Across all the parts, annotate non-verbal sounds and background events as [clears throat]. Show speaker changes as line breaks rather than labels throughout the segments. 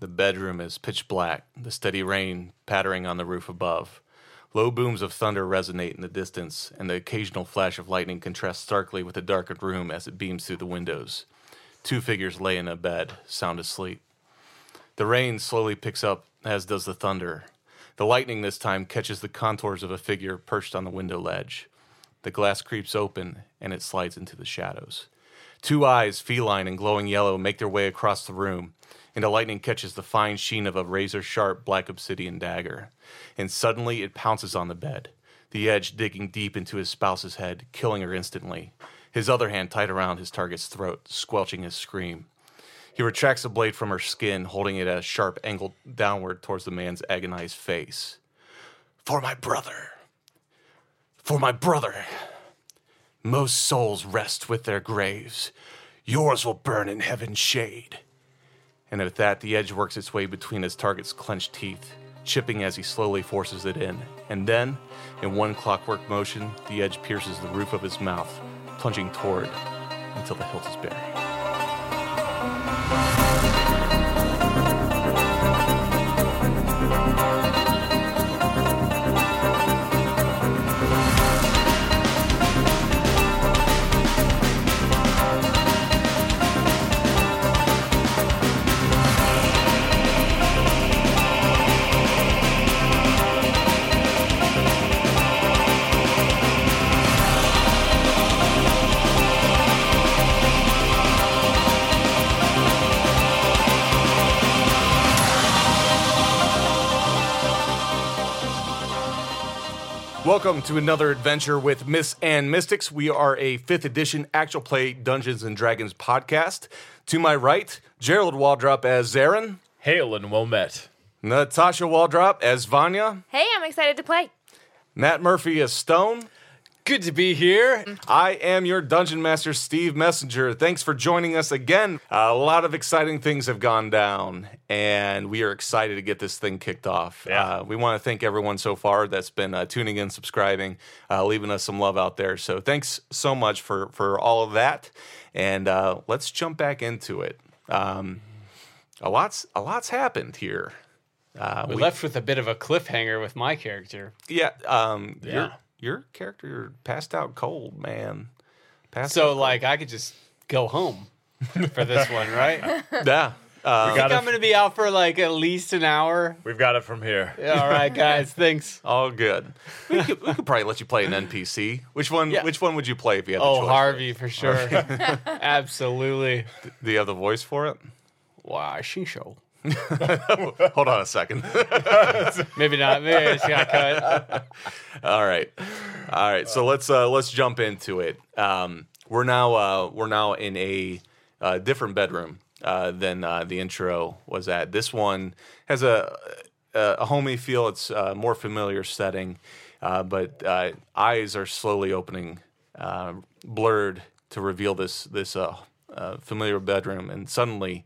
The bedroom is pitch black, the steady rain pattering on the roof above. Low booms of thunder resonate in the distance, and the occasional flash of lightning contrasts starkly with the darkened room as it beams through the windows. Two figures lay in a bed, sound asleep. The rain slowly picks up, as does the thunder. The lightning this time catches the contours of a figure perched on the window ledge. The glass creeps open, and it slides into the shadows. Two eyes, feline and glowing yellow, make their way across the room, and the lightning catches the fine sheen of a razor sharp black obsidian dagger. And suddenly it pounces on the bed, the edge digging deep into his spouse's head, killing her instantly, his other hand tight around his target's throat, squelching his scream. He retracts the blade from her skin, holding it at a sharp angle downward towards the man's agonized face. For my brother! For my brother! Most souls rest with their graves. Yours will burn in heaven's shade. And with that, the edge works its way between his target's clenched teeth, chipping as he slowly forces it in. And then, in one clockwork motion, the edge pierces the roof of his mouth, plunging toward until the hilt is buried. Welcome to another adventure with Miss and Mystics. We are a fifth edition actual play Dungeons and Dragons podcast. To my right, Gerald Waldrop as Zarin,
Hail and well met.
Natasha Waldrop as Vanya,
Hey, I'm excited to play.
Matt Murphy as Stone.
Good to be here.
Mm-hmm.
I am your Dungeon Master, Steve Messenger. Thanks for joining us again. A lot of exciting things have gone down, and we are excited to get this thing kicked off.
Yeah.
Uh, we want to thank everyone so far that's been uh, tuning in, subscribing, uh, leaving us some love out there. So thanks so much for for all of that, and uh, let's jump back into it. Um, a lot's a lot's happened here.
We, left with a bit of a cliffhanger with my character.
Yeah. Um, Your,
Yeah.
your character passed out cold, man. Passed
[laughs]
So [laughs]
out
like I could just go [laughs] home for this one, [laughs] right? I think
cold. yeah. Uh,
Got
I'm
it.
gonna be out for like at least an hour.
We've got it from here.
Yeah, All right, [laughs] guys, thanks.
All good. We could, we could probably let you play an NPC. Which one?
Yeah.
Which one would you play if you had the
Oh,
choice?
Harvey for sure. [laughs] Absolutely.
Do you have the voice for it? [laughs]
Wow, she show.
Hold on a second.
Maybe not. Maybe I just got [laughs] cut.
all right, all right. So let's uh, let's jump into it. Um, we're now uh, we're now in a uh, different bedroom uh, than uh, the intro was at. This one has a a, a homey feel. It's uh, more familiar setting, uh, but uh, eyes are slowly opening, uh, blurred to reveal this this uh, uh, familiar bedroom, and suddenly.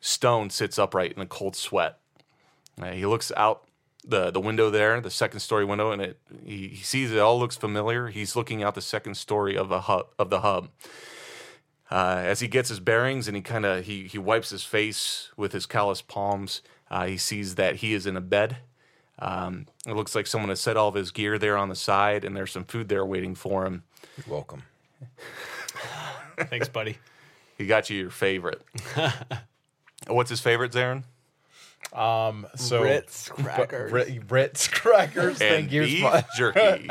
Stone sits upright in a cold sweat. Uh, he looks out the the window there, the second story window, and it he, he sees it all looks familiar. He's looking out the second story of a hub of the hub. Uh, as he gets his bearings and he kind of he he wipes his face with his calloused palms, uh, he sees that he is in a bed. Um, it looks like someone has set all of his gear there on the side, and there's some food there waiting for him.
Welcome.
Thanks, buddy.
He got you your favorite. What's his favorite, Zarin?
So
Ritz
[laughs] bu-
crackers.
Ri- Ritz crackers.
And
thank you.
beef
much.
jerky.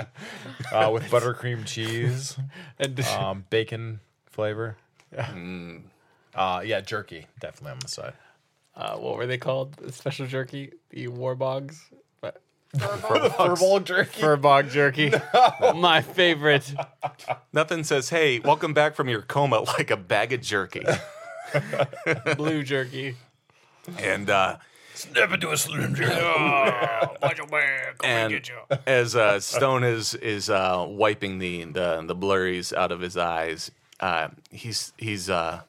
Uh, with buttercream cheese,
And
um, bacon flavor. Uh, yeah, jerky definitely on the side.
[laughs] uh, what were they called? The special jerky? The warbogs? But
Furball jerky.
furbog [laughs] jerky. My favorite.
Nothing says, "Hey, welcome back from your coma" [laughs] like a bag of jerky.
Blue jerky.
and uh,
Never do a slim jerky.
and [laughs] as uh, Stone is is uh, wiping the, the the blurries out of his eyes, uh, he's he's uh,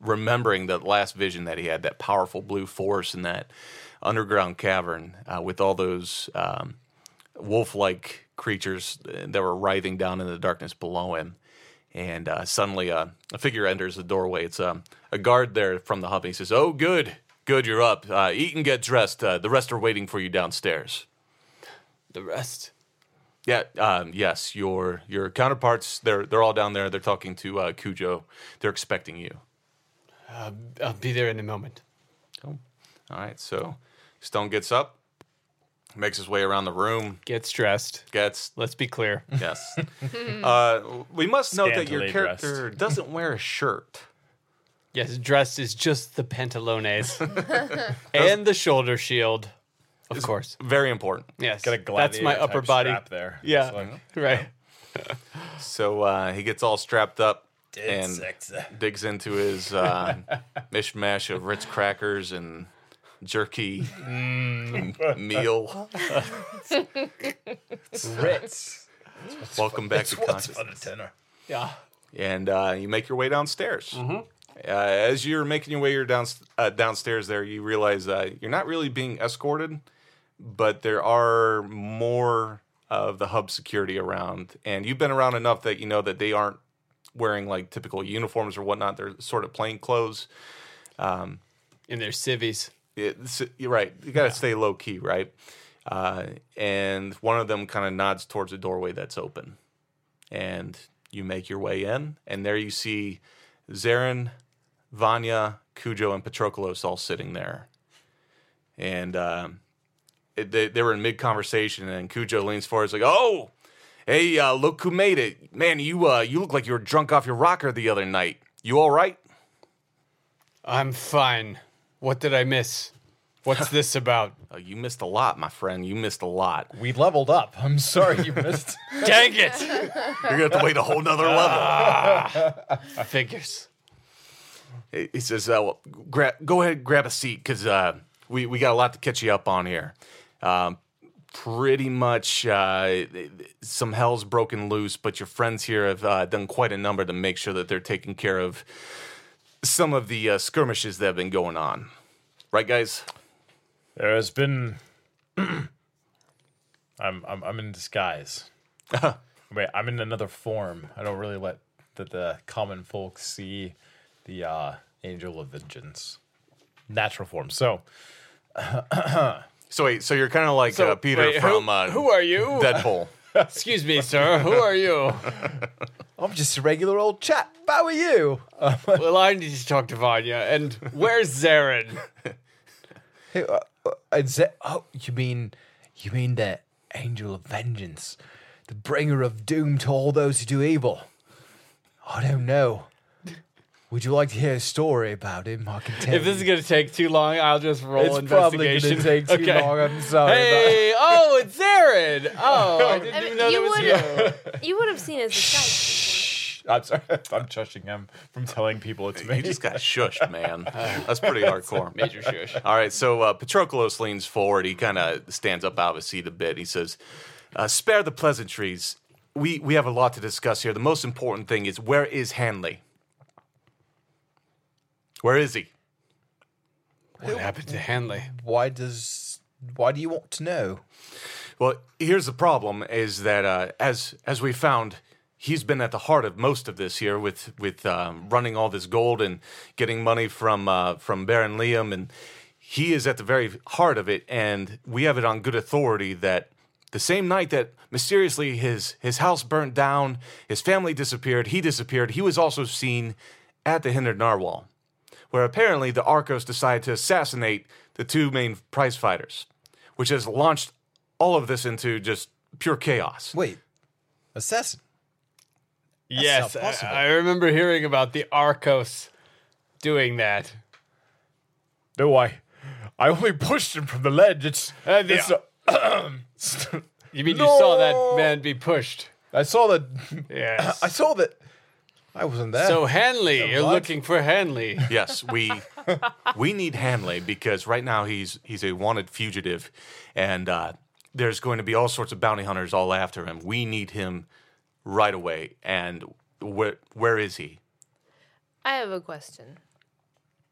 remembering the last vision that he had, that powerful blue force in that underground cavern uh, with all those um, wolf like creatures that were writhing down in the darkness below him. And uh, suddenly, uh, a figure enters the doorway. It's um, a guard there from the hub. He says, "Oh, good, Good, you're up. Uh, eat and get dressed. Uh, the rest are waiting for you downstairs.
The rest.
Yeah, um, yes, your your counterparts they're they're all down there. They're talking to uh, Cujo. They're expecting you.
Uh, I'll be there in a moment.
Cool. All right, so Stone gets up, makes his way around the room,
Get stressed.
gets
Let's
[laughs]
be clear.
yes. [laughs] uh, we must note that your
Scantily
character doesn't wear a shirt.
Yes, dressed is just the
[laughs]
pantalones and the shoulder shield, of course.
Very important.
Yes,
Got a
that's my
gladiator
upper
type
body.
strap there.
Yeah, Mm-hmm.
It's like,
[laughs] right.
So uh, he gets all strapped up
dead
and
sexy.
digs into his
[laughs]
uh, mishmash of Ritz crackers and jerky
Mm.
meal.
[laughs]
Ritz.
Welcome back to
[laughs] It's what's
consciousness.
on a tenor.
Yeah,
and uh, you make your way downstairs. Uh, as you're making your way your down, uh, downstairs, there you realize uh, you're not really being escorted, but there are more of the hub security around, and you've been around enough that you know that they aren't wearing like typical uniforms or whatnot. They're sort of plain clothes.
in their civvies.
It's, you're right. You got to stay low key, right? Uh, and one of them kind of nods towards a doorway that's open, and you make your way in, and there you see Zarin, Vanya, Cujo, and Patroklos all sitting there, and um, it, they they were in mid conversation, and Cujo leans forward, he's like, "Oh, hey, uh, look who made it, man! You uh, you look like you were drunk off your rocker the other night. You all right?"
I'm fine. What did I miss?
[laughs]
What's this about?
"Oh, you missed a lot, my friend. You missed a lot.
We leveled up. I'm sorry you missed.
Dang
[laughs]
it!
You're gonna have to wait a whole nother level.
Figures.
[laughs] He he says, uh, well, gra- "Go ahead, grab a seat, because uh, we we got a lot to catch you up on here. Um, pretty much, uh, some hell's broken loose, but your friends here have uh, done quite a number to make sure that they're taking care of some of the uh, skirmishes that have been going on. Right, guys?
There has been. [clears throat] I'm, I'm I'm in disguise. Uh-huh. Wait, I'm in another form. I don't really let the, the common folk see the uh, angel of vengeance, natural form. So
So wait, so you're kind of like uh, Peter
wait, who-
from uh,
Who are you? [laughs]
Deadpool."
Excuse me,
[laughs]
sir. Who are you?
I'm just a regular old chap. How are you?
well, I need to talk to Vanya. And where's Zarin?
Hey, uh, uh, is that, oh, you mean you mean the angel of vengeance, the bringer of doom to all those who do evil? I don't know. Would you like to hear a story about him? I can tell
If this is
you.
gonna take too long, I'll just roll
it's probably
investigation.
gonna take too
[laughs] Okay.
long. I'm sorry.
Hey! Oh, it's Zarin. Oh, I didn't
I
even
mean,
know
you
that was you.
would you would have seen
[laughs]
his disguise.
I'm sorry. [laughs] I'm shushing him from telling people it's me.
You just got shushed, man. That's
[laughs]
pretty hardcore.
Major shush.
[laughs] All right, so uh, Patroclus leans forward. He kind of stands up out of his seat a bit. He says, uh, "Spare the pleasantries. We we have a lot to discuss here. The most important thing is where is Hanley? Where is he?
What happened to Hanley?
Why does? Why do you want to know?
Well, here's the problem: is that uh, as as we found." He's been at the heart of most of this here, with with um, running all this gold and getting money from uh, from Baron Liam, and he is at the very heart of it, and we have it on good authority that the same night that mysteriously his his house burnt down, his family disappeared, he disappeared, he was also seen at the Hindered Narwhal, where apparently the Arcos decided to assassinate the two main prize fighters, which has launched all of this into just pure chaos.
Wait, assassin.
yes,
not
I,
possible.
I remember hearing about the Arcos doing that.
No, I, I only pushed him from the ledge. It's,
Uh, the- You mean you saw that
No.
man be pushed?
[clears throat] I saw that.
Yes.
[clears throat] I saw that. I wasn't there.
so Hanley, you're
what?
looking for Hanley.
Yes, we we need Hanley because right now he's he's a wanted fugitive, and uh, there's going to be all sorts of bounty hunters all after him. We need him right away. And where where is he?
I have a question.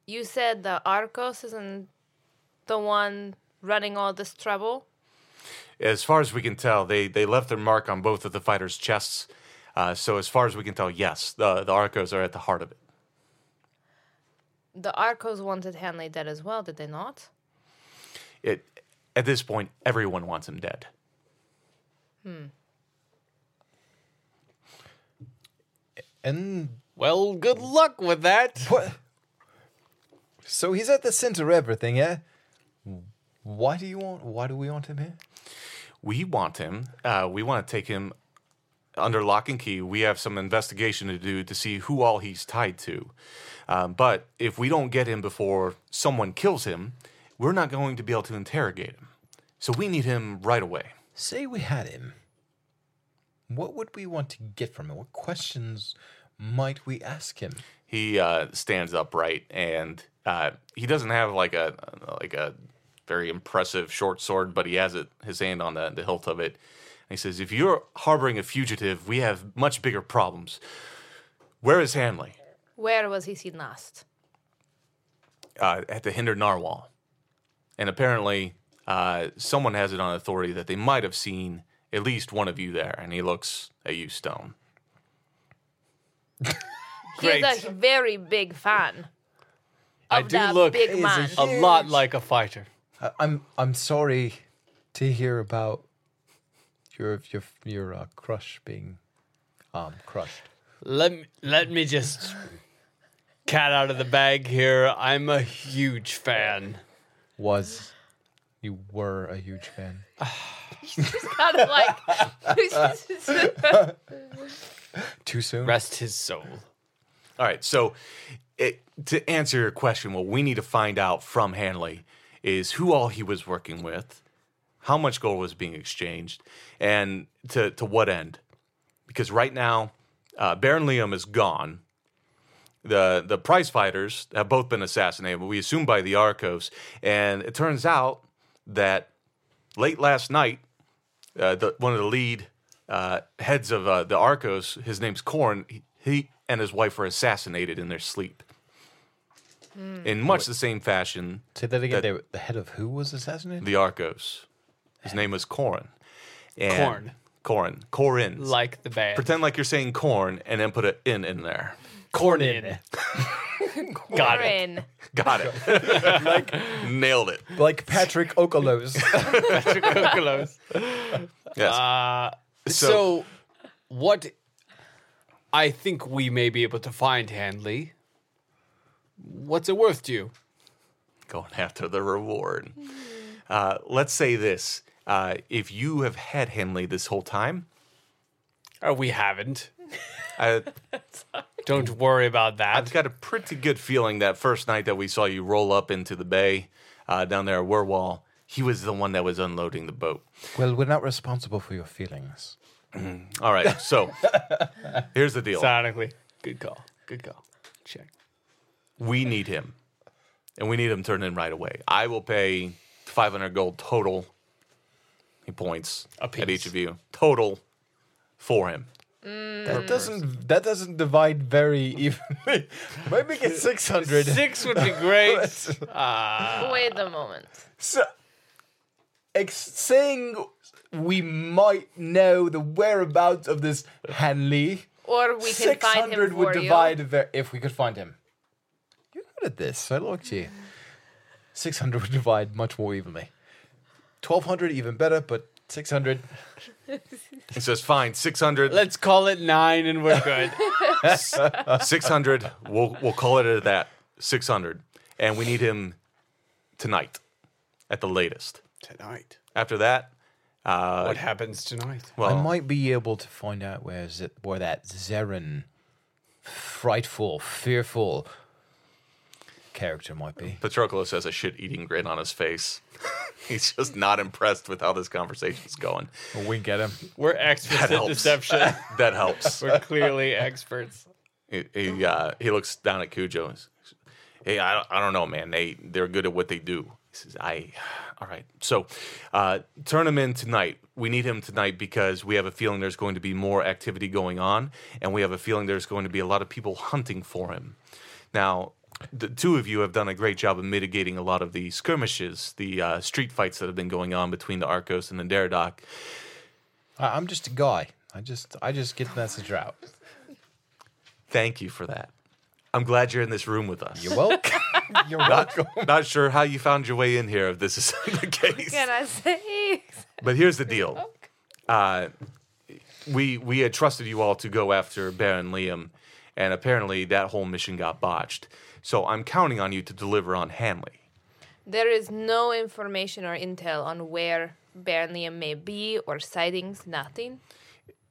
You said that Arcos isn't the one running all this trouble.
As far as we can tell, they they left their mark on both of the fighters' chests. Uh, so as far as we can tell, yes, the the Arcos are at the heart of it.
the Arcos wanted Hanley dead as well, did they not?
It at this point, everyone wants him dead.
And
Well, good luck with that.
what? So he's at the center of everything, yeah. Why do you want? Why do we want him here?
We want him. Uh, we want to take him under lock and key. We have some investigation to do to see who all he's tied to. Um, but if we don't get him before someone kills him, we're not going to be able to interrogate him. So we need him right away.
Say we had him. What would we want to get from him? What questions might we ask him?
he uh, stands upright and uh, he doesn't have like a like a very impressive short sword, but he has it his hand on the, the hilt of it. And he says, "If you're harboring a fugitive, we have much bigger problems. Where is Hanley?
Where was he seen last?
Uh, at the Hinder Narwhal, and apparently uh, someone has it on authority that they might have seen at least one of you there." And he looks at you, Stone.
He's
Great.
a very big fan.
I
of
do
that
look
big
a
man. [laughs]
a lot like a fighter.
I, I'm I'm sorry to hear about your your your uh, crush being um crushed.
Let me, let me just cat out of the bag here. I'm a huge fan.
Was you were a huge fan?
kind of
[laughs]
like
Too soon.
Rest his soul.
All right. So, it, to answer your question, what we need to find out from Hanley is who all he was working with, how much gold was being exchanged, and to, to what end. Because right now, uh, Baron Liam is gone. The the prize fighters have both been assassinated, but we assume by the Arcos. And it turns out that late last night, uh, the, one of the lead uh, heads of uh, the Arcos, his name's Corn, he, he and his wife were assassinated in their sleep. In much the same fashion,
Say that again. They were- the head of who was assassinated?
the Arcos. His name was Corrin. And
Corn.
Corrin. Corrin.
Like the band.
Pretend like you're saying corn and then put an in in there. [laughs]
corn in it. [laughs] Got
Corin.
it.
Got it. Nailed it.
[laughs] like Patrick Okolos.
Chocolo's.
Yes. So-
so, what I think we may be able to find, Handley. What's it worth to you?
going after the reward. Uh, let's say this: uh, if you have had Henley this whole time,
Oh, we haven't.
I,
Don't worry about that.
I've got a pretty good feeling that first night that we saw you roll up into the bay uh, down there at Werwall, he was the one that was unloading the boat.
[laughs] well, we're not responsible for your feelings.
All right, so here's the deal:
Sonically. Good call. Good call. Check.
we need him, and we need him turned in right away. I will pay 500 gold total. He points at
piece.
each of you total for him.
That doesn't that doesn't divide very [laughs] evenly. Maybe [laughs] get six hundred.
Six would be great. [laughs]
Wait a moment.
So, ex- saying we might know the whereabouts of this Hanley,
Or we can
six
find him
hundred
for
would
you.
divide ver- if we could find him. You're good at this. I looked you. Six hundred would divide much more evenly. Twelve hundred even better, but six hundred.
He says, "Fine, 600.
Let's call it nine and we're good.
600 we'll we'll call it at that 600 and we need him tonight at the latest
[laughs] tonight. Uh,
after that
What happens tonight?
well
I might be able to find out where Z- where that Zerin, frightful, fearful character might be.
patroclus has a shit-eating grin on his face [laughs] he's just not impressed with how this conversation's going
We'll wink at him.
We're experts
That
at
helps.
[laughs] deception.
that helps
We're clearly experts.
he, he, uh, he looks down at cujo and says, hey I don't, I don't know man they they're good at what they do he says i all right so uh, turn him in tonight we need him tonight because we have a feeling there's going to be more activity going on and we have a feeling there's going to be a lot of people hunting for him now the two of you have done a great job of mitigating a lot of the skirmishes the uh, street fights that have been going on between the arcos and the deradoc
I, I'm just a guy. I just I just get the message out.
thank you for that i'm glad you're in this room with us
[laughs] You're welcome. You're
Not,
welcome.
[laughs]
not sure how you found your way in here if this is [laughs] the case.
Can I Oh, say?
But here's the deal. Uh, we we had trusted you all to go after Baron Liam, and apparently that whole mission got botched. So I'm counting on you to deliver on Hanley.
There is no information or intel on where Baron Liam may be or sightings, nothing.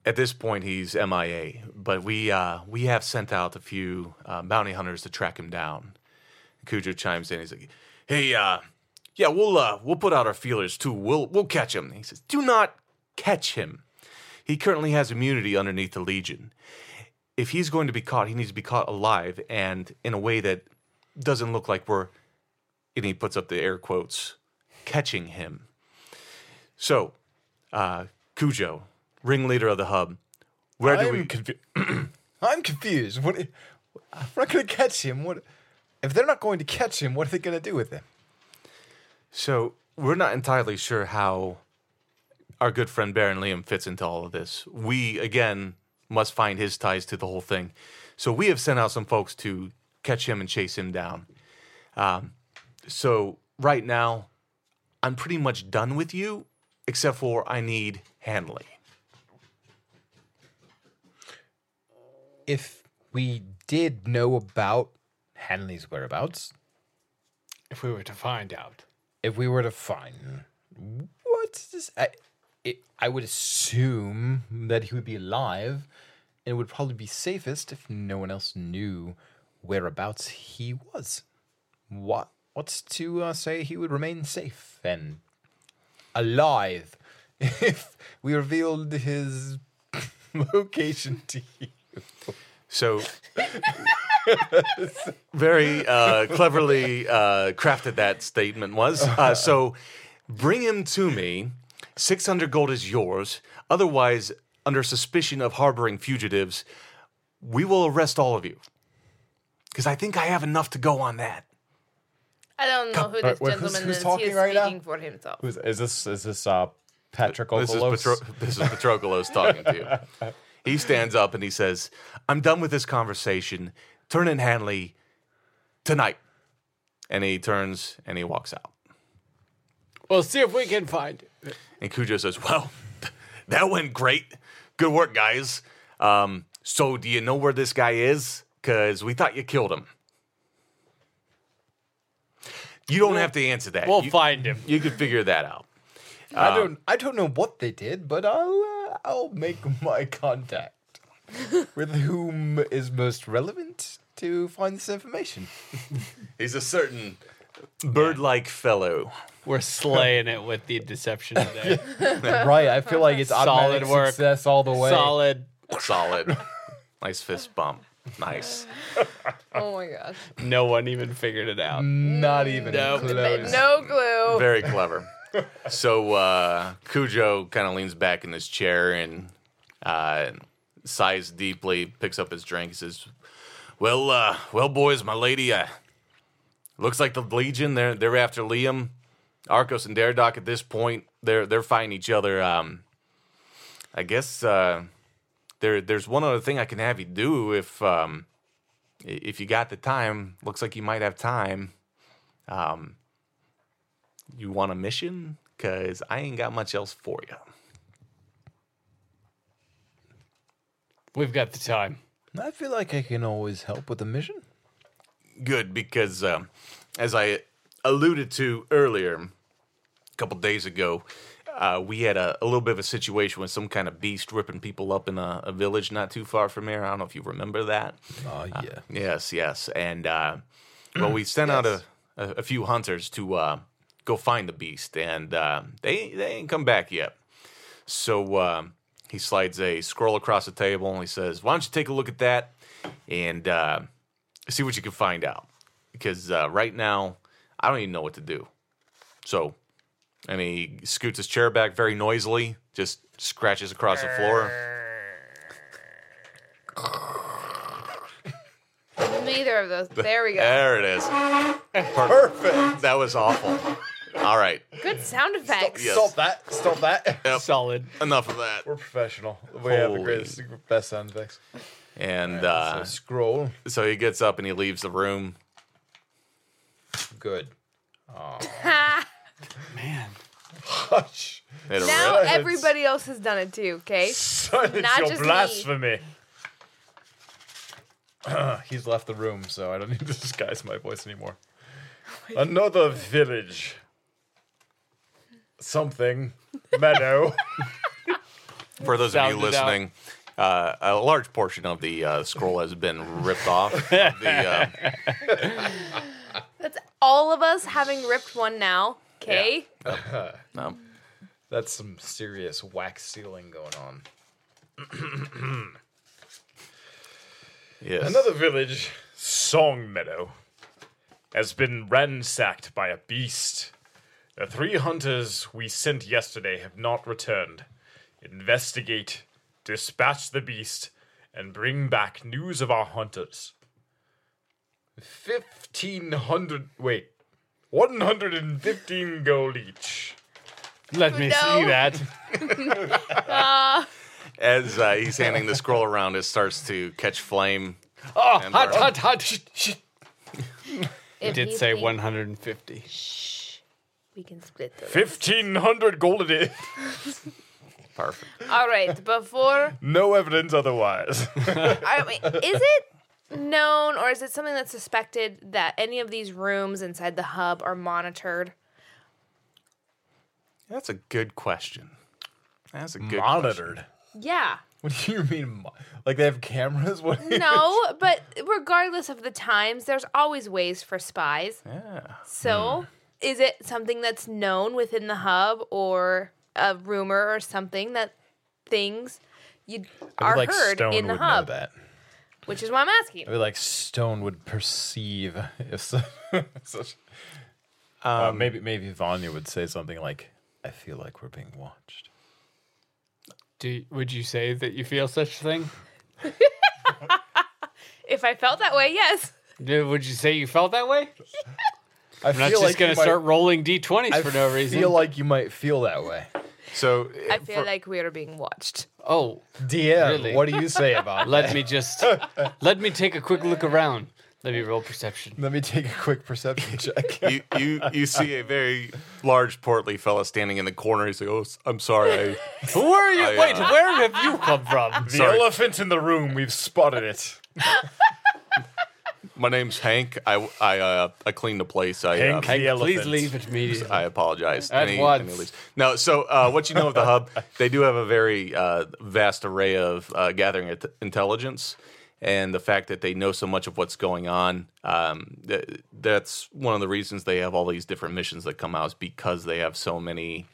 At this point, he's MIA, but we uh, we have sent out a few uh, bounty hunters to track him down. Cujo chimes in. He's like, "Hey, uh, yeah, we'll uh, we'll put out our feelers too. We'll we'll catch him." He says, "Do not catch him. He currently has immunity underneath the Legion. If he's going to be caught, he needs to be caught alive and in a way that doesn't look like we're." And he puts up the air quotes, catching him. So, uh, Cujo, ringleader of the hub, where do we?
I'm, confu- [clears throat] I'm confused. What? I'm not going to catch him. What? If they're not going to catch him, what are they going to do with him?
So we're not entirely sure how our good friend Baron Liam fits into all of this. We again must find his ties to the whole thing. So we have sent out some folks to catch him and chase him down. Um, so right now, I'm pretty much done with you, except for I need Hanley.
If we did know about Hanley's whereabouts,
If we were to find out.
if we were to find what's this I, it, I would assume that he would be alive and it would probably be safest if no one else knew whereabouts he was what what's to uh, say he would remain safe and alive [laughs] if we revealed his [laughs] location to you
So very uh, cleverly uh, crafted that statement was. Uh, so bring him to me. 600 gold is yours. Otherwise, under suspicion of harboring fugitives, we will arrest all of you. Because I think I have enough to go on that.
I don't know who
Right,
this
wait, who's-
gentleman
who's
is.
talking
He is
right now?
speaking for himself.
Who's, is this is this uh patrick
Oh, This is, Petro- [laughs] this is Patroclus talking to you.
[laughs]
He stands up and he says, I'm done with this conversation. Turn in Hanley tonight. And he turns and he walks out.
We'll see if we can find it.
And Cujo says, Well, [laughs] that went great. Good work, guys. Um, so, do you know where this guy is? Because we thought you killed him. You don't have to answer that.
We'll
you,
find him.
you can figure that out.
I don't I don't know what they did, but I'll uh, I'll make [laughs] my contact with whom is most relevant to find this information.
He's a certain bird like fellow.
[laughs] We're slaying it with the deception today.
right, I feel like it's automatic
Solid work.
success all the way.
Solid.
Solid. nice fist bump. Nice.
Oh
[laughs]
my gosh.
No one even figured it out.
Not even
No.
close.
No clue.
Very clever. So uh, Cujo kind of leans back in his chair and uh, sighs deeply, picks up his drink, says, "Well, uh, well, boys, my lady, uh, looks like the Legion. They're they're after Liam, Arcos, and Daradoc. At this point, they're they're fighting each other. Um, I guess uh, there there's one other thing I can have you do if um, i- if you got the time. Looks like you might have time." Um, you want a mission? Cause I ain't got much else for you.
We've got the time.
I feel like I can always help with the mission.
Good, because um, as I alluded to earlier, a couple days ago, uh, we had a, a little bit of a situation with some kind of beast ripping people up in a, a village not too far from here. I don't know if you remember that.
Oh yeah.
Yes, yes, and uh, well, we sent out a, a, a few hunters to uh, go find the beast, and uh, they they ain't come back yet. So uh, he slides a scroll across the table and he says, "Why don't you take a look at that and uh, see what you can find out? Because uh, right now, I don't even know what to do." So, and he scoots his chair back very noisily, just scratches across the floor.
Neither of those. There we go.
There it is.
Perfect.
That was awful. All right.
Good
[laughs]
sound effects.
Yes.
Stop that. Stop that.
Yep.
Solid.
enough of that.
We're professional. We have the
Holy.
greatest best sound effects.
And
So
uh,
scroll.
so he gets up and he leaves the room.
good.
Man.
Hush.
It
[laughs] Now
really-
everybody else has done it too, okay?
Silence
Not
your
just me.
blasphemy. [clears throat] He's left the room, so I don't need to disguise my voice
[laughs]
anymore.
Oh
Another village. Something.
[laughs]
Meadow.
For those of you
Sounded out.
listening, uh, a large portion of the uh, scroll has been ripped off.
[laughs]
of the, uh,
That's all of us having ripped one now, okay?
no.
That's some serious wax sealing going on.
Yes.
Another village, Song Meadow, has been ransacked by a beast. The three hunters we sent yesterday have not returned. Investigate, dispatch the beast, and bring back news of our hunters.
1500. Wait.
115 gold each.
Let me see
No.
that.
As uh, he's handing the scroll around, it starts to catch flame.
Oh,
And uh,
hot,
burn.
hot, hot. Shh, shh.
It
Did say 150.
We can split them.
1500 gold it is.
Perfect.
All right, before
No evidence otherwise.
I mean, is it known or is it something that's suspected that any of these rooms inside the hub are monitored?
That's a good question. That's a good
[laughs]
Monitored.
Yeah.
[laughs] What do you mean? mo- Like they have cameras? [laughs] What?
No, but regardless of the times, there's always ways for spies.
question. Yeah.
So, is it something that's known within the hub or a rumor or something that things you are
like
heard
Stone
in the
would
hub?
know that.
Which is why I'm asking.
Uh,
I mean, like Stone would perceive [laughs] if so, such. uh, maybe maybe Vanya would say something like, "I feel like we're being watched."
Do, would you say that you feel such a thing?
If I felt that way, yes.
Do- Would you say you felt that way?
I
I'm not just going to start rolling
[laughs]
d20s
I
for no reason.
feel like you might feel that way.
So
I feel
for-
like we are being watched.
oh,
DM,
Really?
what do you say about? that?
[laughs] let me just let me take a quick look around. Let me
[laughs]
roll perception.
[laughs] Let me take a quick
[laughs]
perception check. [laughs]
you, you you see a very large portly fella standing in the corner. He's like, "Oh, s- I'm sorry. I,
Who are you?
I, uh,
Wait, where have you come from?
the
Sorry.
elephant in the room, we've spotted it.
[laughs]
my name's Hank. I I uh, I clean the place. I uh,
Hank.
Hank,
The
please
elephant.
leave it immediately.
I apologize.
At
Any-
once.
any least- no, so uh, what you know of the
[laughs]
hub, they do have a very uh, vast array of uh, gathering at- intelligence. And the fact that they know so much of what's going on, um, th- that's one of the reasons they have all these different missions that come out, is because they have so many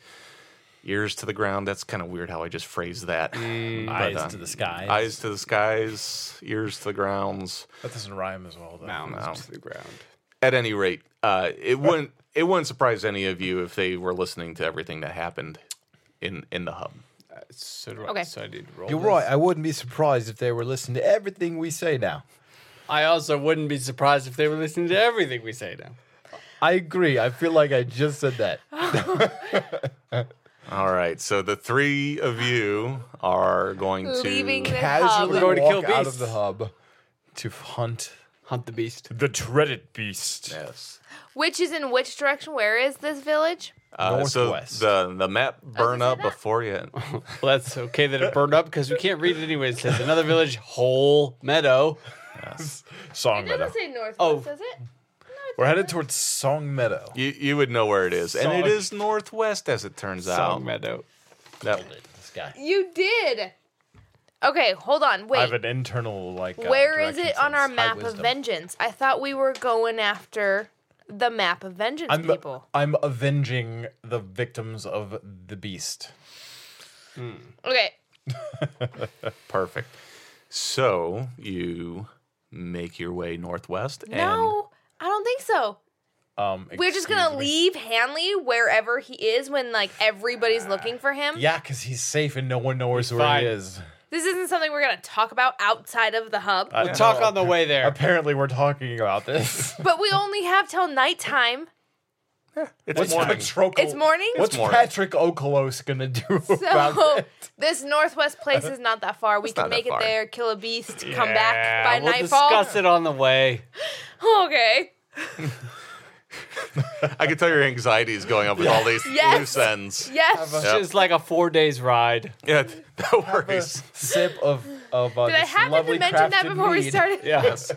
ears to the ground. That's kind of weird how I just phrased that.
Mm.
But, uh,
sky.
Eyes to the skies, ears to the grounds.
That doesn't rhyme as well, though.
Mounds
No.
to the ground.
at any rate, uh, it wouldn't it wouldn't surprise any of you if they were listening to everything that happened in in the hub.
So do I.
Okay.
So I did roll.
You're
this.
right. I wouldn't be surprised if they were listening to everything we say now.
I also wouldn't be surprised if they were listening to everything we say now.
I agree. I feel like I just said that.
All right, so the three of you are going to
Leaving the
Casually
hub.
We're going to
walk
kill
out of the
beasts.
hub to hunt.
Hunt the beast.
The dreaded beast.
Yes.
Which is in which direction? Where is this village?
Uh, so
Northwest.
the the map burn
Oh, say
up
that.
before you.
[laughs] Well, that's okay that it burned up because we can't read it anyway. It says another village, whole meadow.
Song Meadow.
say northwest,
Oh.
does it?
We're headed towards Song Meadow.
You you would know where it is, and it
Sorry.
is northwest as it turns
Song
out.
meadow.
That-
This guy.
You did. Okay, hold on.
I
Wait.
have an internal, like. uh,
Where is
direction
it on
sense.
our map of
wisdom.
vengeance? I thought we were going after the map of vengeance
I'm
people.
I'm avenging the victims of the beast.
Okay.
perfect. So you make your way northwest. and
No, I don't think so.
Um,
We're just
excuse
gonna
me.
leave Hanley wherever he is when like everybody's looking for him.
Yeah, because he's safe and no one knows where
fine.
he is.
This isn't something we're gonna talk about outside of the hub.
Uh.
Uh,
We'll talk on the way there.
[laughs] Apparently, we're talking about [laughs] this.
but we only have till nighttime.
it's
What's
morning.
Patrick?
It's morning.
What's
morning.
Patrick Okolos gonna do [laughs] about
[laughs] So
it?
this northwest place is not that far. We can
not that
make it
far.
there, kill a beast, come back by [laughs]
we'll
nightfall.
discuss it on the way.
Okay.
[laughs] I can tell your anxiety is going up with all these
[laughs] Yes.
loose ends.
Yes.
It's just like a four days ride.
Yeah, [laughs] th- no worries.
[laughs] Sip of of uh,
Did I
this
happen
lovely
to mention that
crafted
before we
mead.
started?
Yes.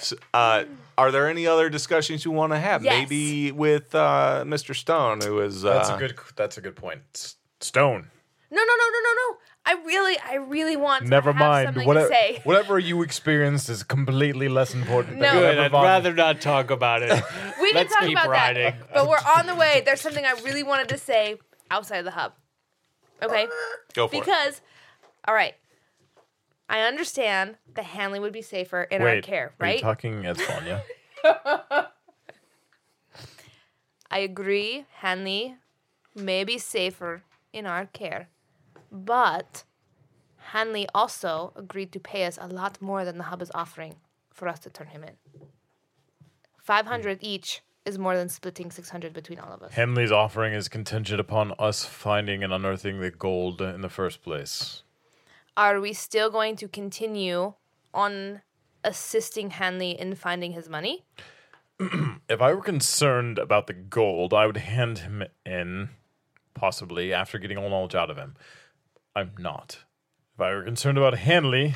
S- Uh, are there any other discussions you want to have?
Yes.
Maybe with uh, Mr. Stone, who is uh,
That's a good. That's a good point. S- Stone.
No, no, no, no, no, no. I really, I really want.
Never
to Have
mind.
something
Whatever,
to say. [laughs]
whatever you experienced is completely less important.
No.
than
Good.
whatever
I'd
Von-
rather not talk about it.
We can
Let's
talk
keep
about
riding.
that. But we're on the way. There's something I really wanted to say outside of the hub. Okay.
go for it.
Because, all right, I understand that Hanley would be safer in our
Wait,
care,
Are you
right?
talking as
[laughs]
Vanya?
I agree, Hanley may be safer in our care, but Hanley also agreed to pay us a lot more than the hub is offering for us to turn him in. Five hundred each is more than splitting six hundred between all of us.
Henley's offering is contingent upon us finding and unearthing the gold in the first place.
Are we still going to continue on assisting Hanley in finding his money?
If I were concerned about the gold, I would hand him in, possibly after getting all knowledge out of him. I'm not. If I were concerned about Hanley,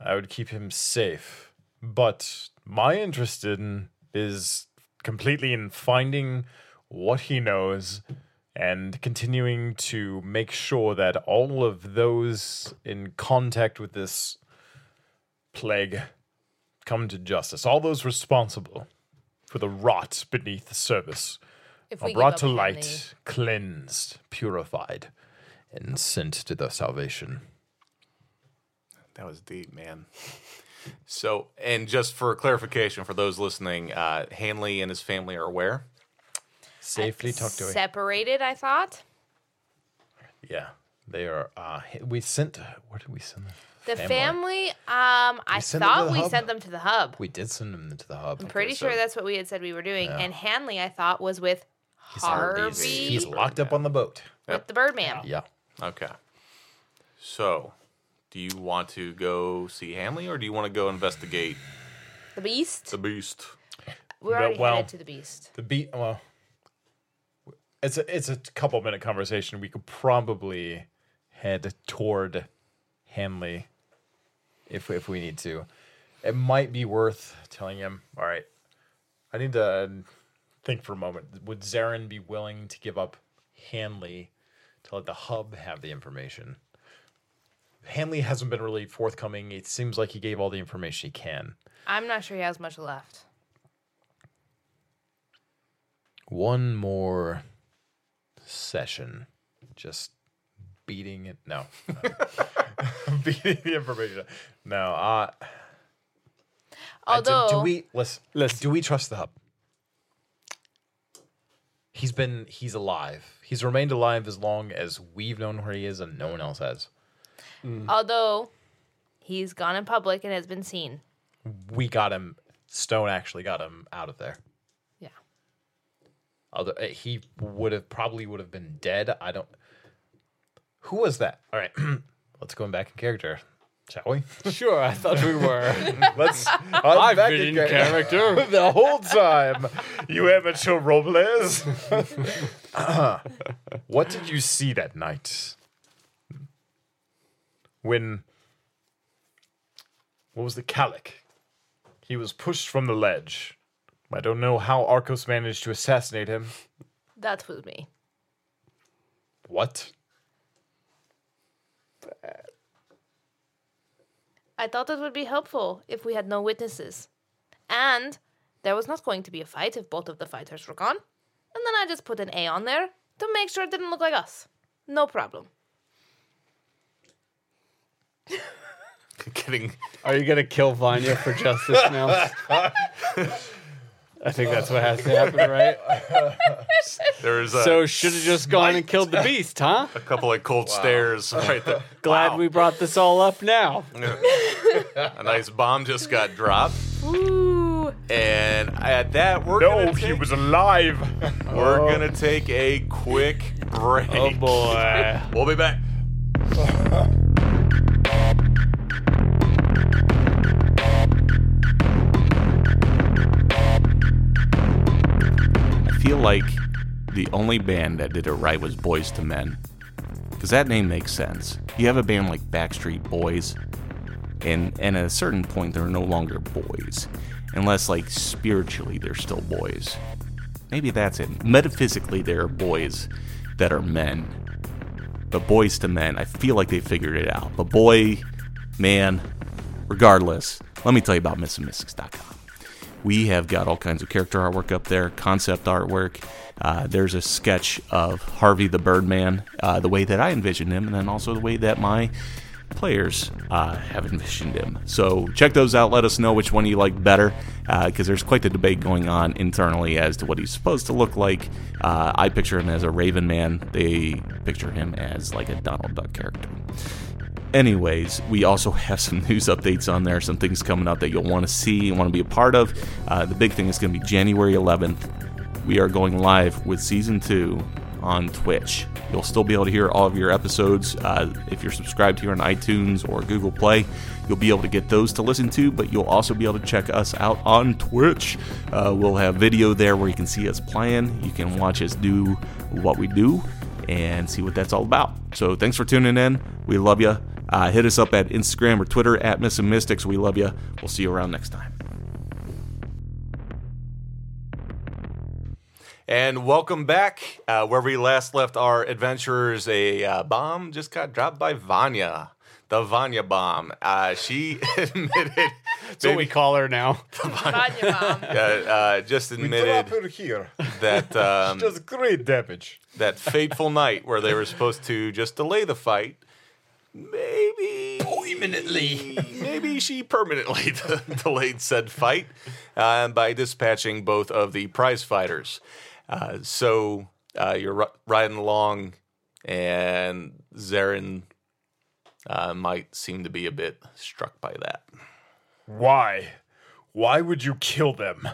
I would keep him safe. But my interest in is completely in finding what he knows and continuing to make sure that all of those in contact with this plague come to justice. All those responsible for the rot beneath the surface
If
are
give
brought
up
to light,
Hanley-
cleansed, purified, and sent to their salvation.
That was deep, man. So, and just for clarification for those listening, uh, Hanley and his family are where?
Safely tucked away.
separated. I thought
Yeah, they are. Uh, h- we sent. Where did we send them?
the
Family.
family. um, I
sent them to
thought
the
we
hub?
sent them to the hub.
We did send them to the hub.
Pretty
so-
sure that's what we had said we were doing. And Hanley, I thought, was with Harvey
Harvey's-
He's locked up on the boat.
with the Birdman.
Yeah.
Okay. So, do you want to go see Hanley or do you want to go investigate
The Beast.
the beast? [laughs]
We're already
well-
headed to the Beast.
The beat. Well, it's a it's a couple minute conversation. We could probably head toward Hanley if if we need to. It might be worth telling him. All right, I need to think for a moment. Would Zarin be willing to give up Hanley to let the hub have the information? Hanley hasn't been really forthcoming. It seems like he gave all the information he can.
I'm not sure he has much left.
one more session just beating it no [laughs] beating the information no uh I- do-
Although,
do, we listen, do we trust the hub he's been he's alive he's remained alive as long as we've known where he is and no one else has
although he's gone in public and has been seen.
we got him stone actually got him out of there
Yeah.
Although uh, he would have probably would have been dead. I don't. Who was that? All right, [clears throat] let's go back in character, shall we?
Sure, I thought we were.
[laughs] Let's. I'm
I've
back
been in
char-
character.
the whole time. [laughs] You amateur role players. [laughs] what did you see that night? When. What was the Calic? He was pushed from the ledge. I don't know how Arcos managed to assassinate him.
That was me.
What?
I thought it would be helpful if we had no witnesses. And there was not going to be a fight if both of the fighters were gone. And then I just put an A on there to make sure it didn't look like us. No problem.
Getting
Are you gonna kill Vanya for justice now? I think that's what has to happen, right?
there is a,
So should have just gone and killed [laughs] the beast, huh?
couple of cold stares right there.
Glad
Wow.
we brought this all up now.
a nice bomb just got dropped,
Ooh.
and at that we're
No,
gonna
he
take,
was alive. [laughs]
we're gonna take a quick break.
Oh boy.
We'll be back. feel like the only band that did it right was Boys to Men. Because that name makes sense. You have a band like Backstreet Boys, and, and at a certain point, they're no longer boys. Unless, like, spiritually, they're still boys. Maybe that's it. Metaphysically, there are boys that are men. But boys to men, I feel like they figured it out. But boy, man, regardless, let me tell you about MissandMystics.com. We have got all kinds of character artwork up there, concept artwork. Uh, there's a sketch of Harvey the Birdman, uh, the way that I envisioned him, and then also the way that my players uh, have envisioned him. So check those out. Let us know which one you like better, because there's quite the debate going on internally as to what he's supposed to look like. Uh, I picture him as a Raven Man. They picture him as like a Donald Duck character. Anyways, we also have some [laughs] news updates on there, some things coming up that you'll want to see and want to be a part of. Uh, the big thing is going to be January 11th. We are going live with season two on Twitch. You'll still be able to hear all of your episodes. Uh, if you're subscribed here on iTunes or Google Play, you'll be able to get those to listen to, but you'll also be able to check us out on Twitch. Uh, we'll have video there where you can see us playing, you can watch us do what we do and see what that's all about. So thanks for tuning in. We love you. Uh, hit us up at Instagram or Twitter at Miss and Mystics. We love you. We'll see you around next time. And welcome back. Uh, where we last left our adventurers, a uh, bomb just got dropped by Vanya. The Vanya bomb. Uh, she [laughs] admitted,
That's what we call her now.
Vanya bomb.
uh, uh, just admitted
her here.
[laughs] that um,
great damage.
that fateful night where they were supposed to just delay the fight. Maybe permanently. Maybe she permanently [laughs] delayed said fight uh, by dispatching both of the prize fighters. Uh, so uh, you're ri- riding along, and Zarin uh, might seem to be a bit struck by that. [laughs]
Why? Why would you kill them?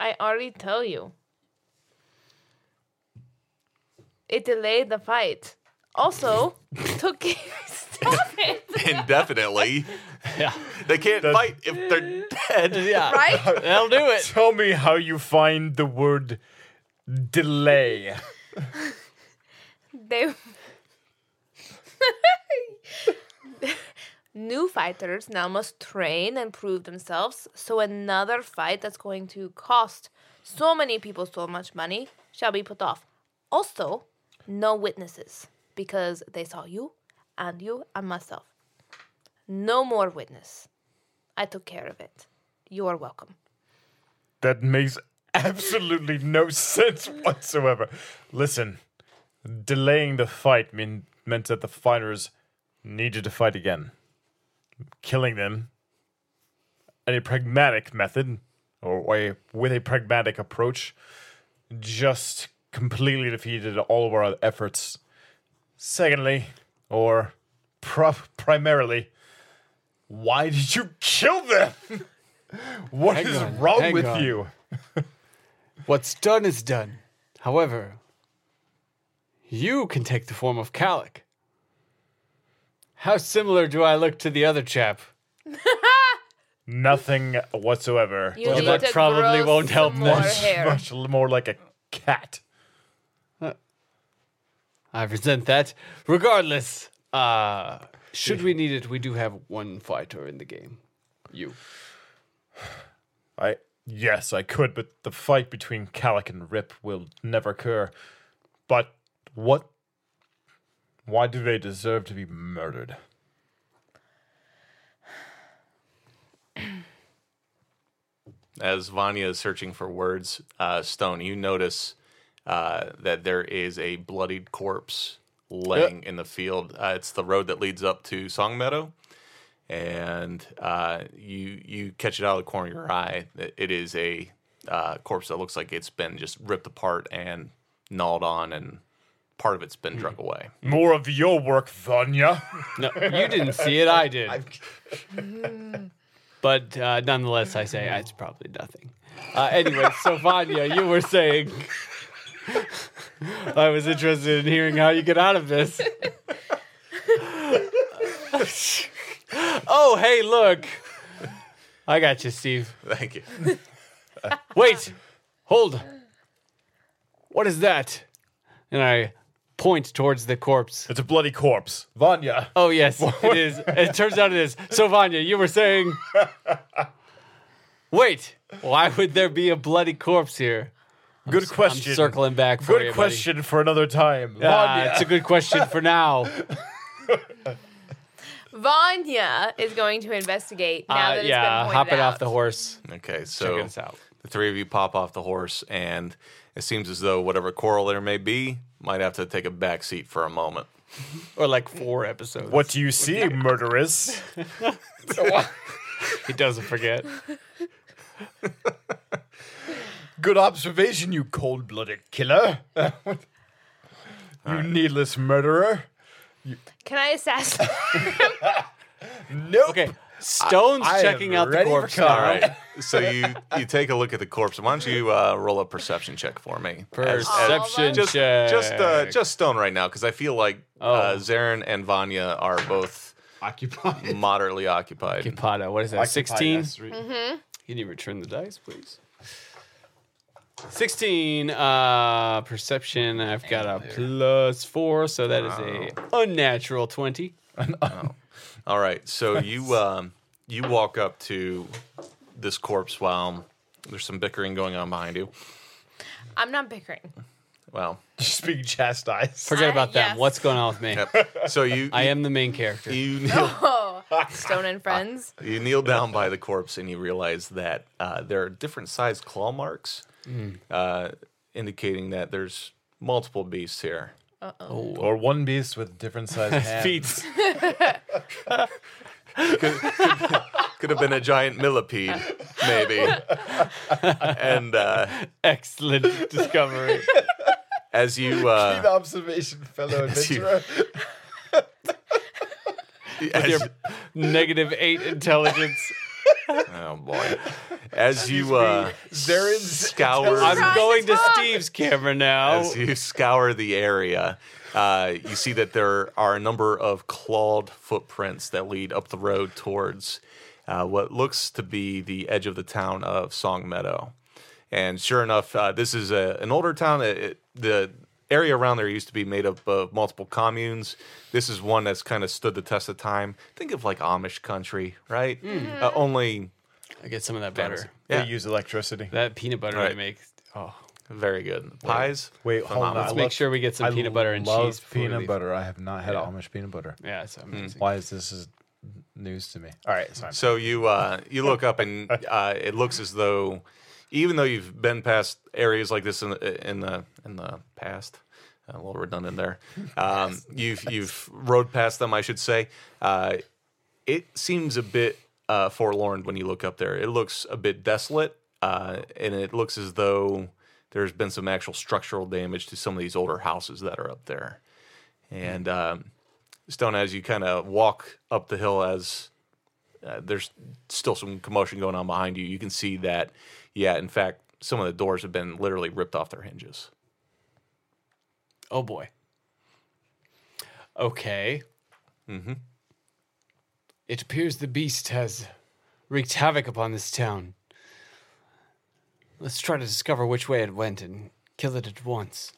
I already tell you. It delayed the fight. Also, took stop
[laughs]
it,
Indefinitely.
[laughs] Yeah.
They can't fight if they're dead.
[laughs] Yeah.
right?
That'll do it.
Tell me how you find the word delay.
They [laughs] new fighters now must train and prove themselves. So another fight that's going to cost so many people so much money shall be put off. Also, no witnesses because they saw you and you and myself. No more witness. I took care of it. You are welcome.
That makes absolutely no [laughs] sense whatsoever. Listen, delaying the fight mean, meant that the fighters needed to fight again. Killing them in a pragmatic method, or a, with a pragmatic approach, just completely defeated all of our efforts. Secondly, or pro- primarily, why did you kill them? [laughs] What is
on,
wrong
hang
with
on.
you?
What's done is done. However, you can take the form of Calic. How similar do I look to the other chap?
Nothing whatsoever.
You
Well,
need
that
to
probably
grow
won't
some
help
more
much. [laughs]
hair.
Much more like a cat.
I resent that. Regardless, uh, should we need it, we do have one fighter in the game. You.
I yes, I could, but the fight between Calic and Rip will never occur. But what? Why do they deserve to be murdered?
as Vanya is searching for words, uh, Stone, you notice uh, that there is a bloodied corpse laying in the field. Uh, it's the road that leads up to Song Meadow, and uh, you you catch it out of the corner of your eye. that It is a uh, corpse that looks like it's been just ripped apart and gnawed on, and part of it's been drug away. [laughs]
More of your work, Vanya.
No, you didn't see it, I did. But uh, nonetheless, I say it's probably nothing. Uh, anyway, so Vanya, you were saying. I was interested in hearing how you get out of this. oh, hey, look. I got you, Steve.
Thank you.
Wait, hold. What is that? And I point towards the corpse.
It's a bloody corpse.
Vanya.
Oh, yes, it is. It turns out it is. So, Vanya, you were saying. Wait, why would there be a bloody corpse here?
Good question.
I'm circling back for you,
Good
buddy.
question for another time.
Ah,
Vanya.
it's a good question
[laughs]
for now.
Vanya is going to investigate now
Uh,
that it's
yeah,
been pointed
hopping
out.
off the horse.
Okay, so
Check us out.
the three of you pop off the horse, and it seems as though whatever quarrel there may be might have to take a back seat for a moment.
Or like four episodes.
What do you
[laughs]
see, murderess?
he doesn't forget.
Good observation, you cold blooded killer. you needless murderer.
Can I assassinate?
Nope.
Okay, Stone's
I am
checking out the
ready for
corpse. now.
All right, Um, [laughs] so you you take a look at the corpse. Why don't you uh, roll a perception check for me? As- as-
Perception
just
check. Oh.
just uh, just Stone right now because I feel like uh, Zarin and Vanya are both
Occupy.
moderately occupied.
Pata, what is that? Sixteen.
Mm-hmm.
Can you return the dice, please? Sixteen. Uh, perception. I've got a plus four, so that is a unnatural twenty.
All right,
[laughs]
so you um, you walk up to this corpse while there's some bickering going on behind you.
[laughs] I'm not bickering.
Well,
Just being chastised.
Forget
I-
about them.
yes.
What's going on with me? [laughs]
yep. so you
I am the main character.
you kneel,
Oh, Stone
Uh,
and friends.
you kneel down by the corpse and you realize that uh, there are different sized claw marks, uh, indicating that there's multiple beasts here.
Or one beast with different sized hands.
[laughs] Feet.
Could have been a giant millipede, maybe. and uh,
Excellent discovery.
as you uh,
observation, [laughs] fellow
As you-
adventurer.
as
Your negative eight intelligence.
Oh boy. As you uh scour
I'm going to
it's fun.
Steve's camera now.
as you [laughs] scour the area, uh, you see that there are a number of clawed footprints that lead up the road towards uh, what looks to be the edge of the town of Song Meadow. And sure enough, uh, this is a, an older town. It- it- the area around there used to be made up of multiple communes. This is one that's kind of stood the test of time. Think of like Amish country, right? Uh, only
I get some of that butter.
yeah,
They use electricity.
That peanut butter
Right.
they make. Oh,
very good pies.
Wait, hold on.
Phenomenal.
I
Let's
love,
make sure we get some
I
peanut butter and
love
cheese. before we
peanut
leave.
butter. Hmm. I have not had Amish peanut butter.
Yeah, it's amazing.
Why is this is news to me? All right, it's fine.
So you uh, you look up and uh, it looks as though, even though you've been past areas like this in the in the in the past, a little redundant there, um, you've you've rode past them, I should say. Uh, it seems a bit uh, forlorn when you look up there. It looks a bit desolate, uh, and it looks as though there's been some actual structural damage to some of these older houses that are up there. And um, Stone, as you kind of walk up the hill, as uh, there's still some commotion going on behind you. You can see that, yeah, in fact, some of the doors have been literally ripped off their hinges.
Oh boy. Okay. Mm-hmm. It appears the beast has wreaked havoc upon this town. Let's try to discover which way it went and kill it at once.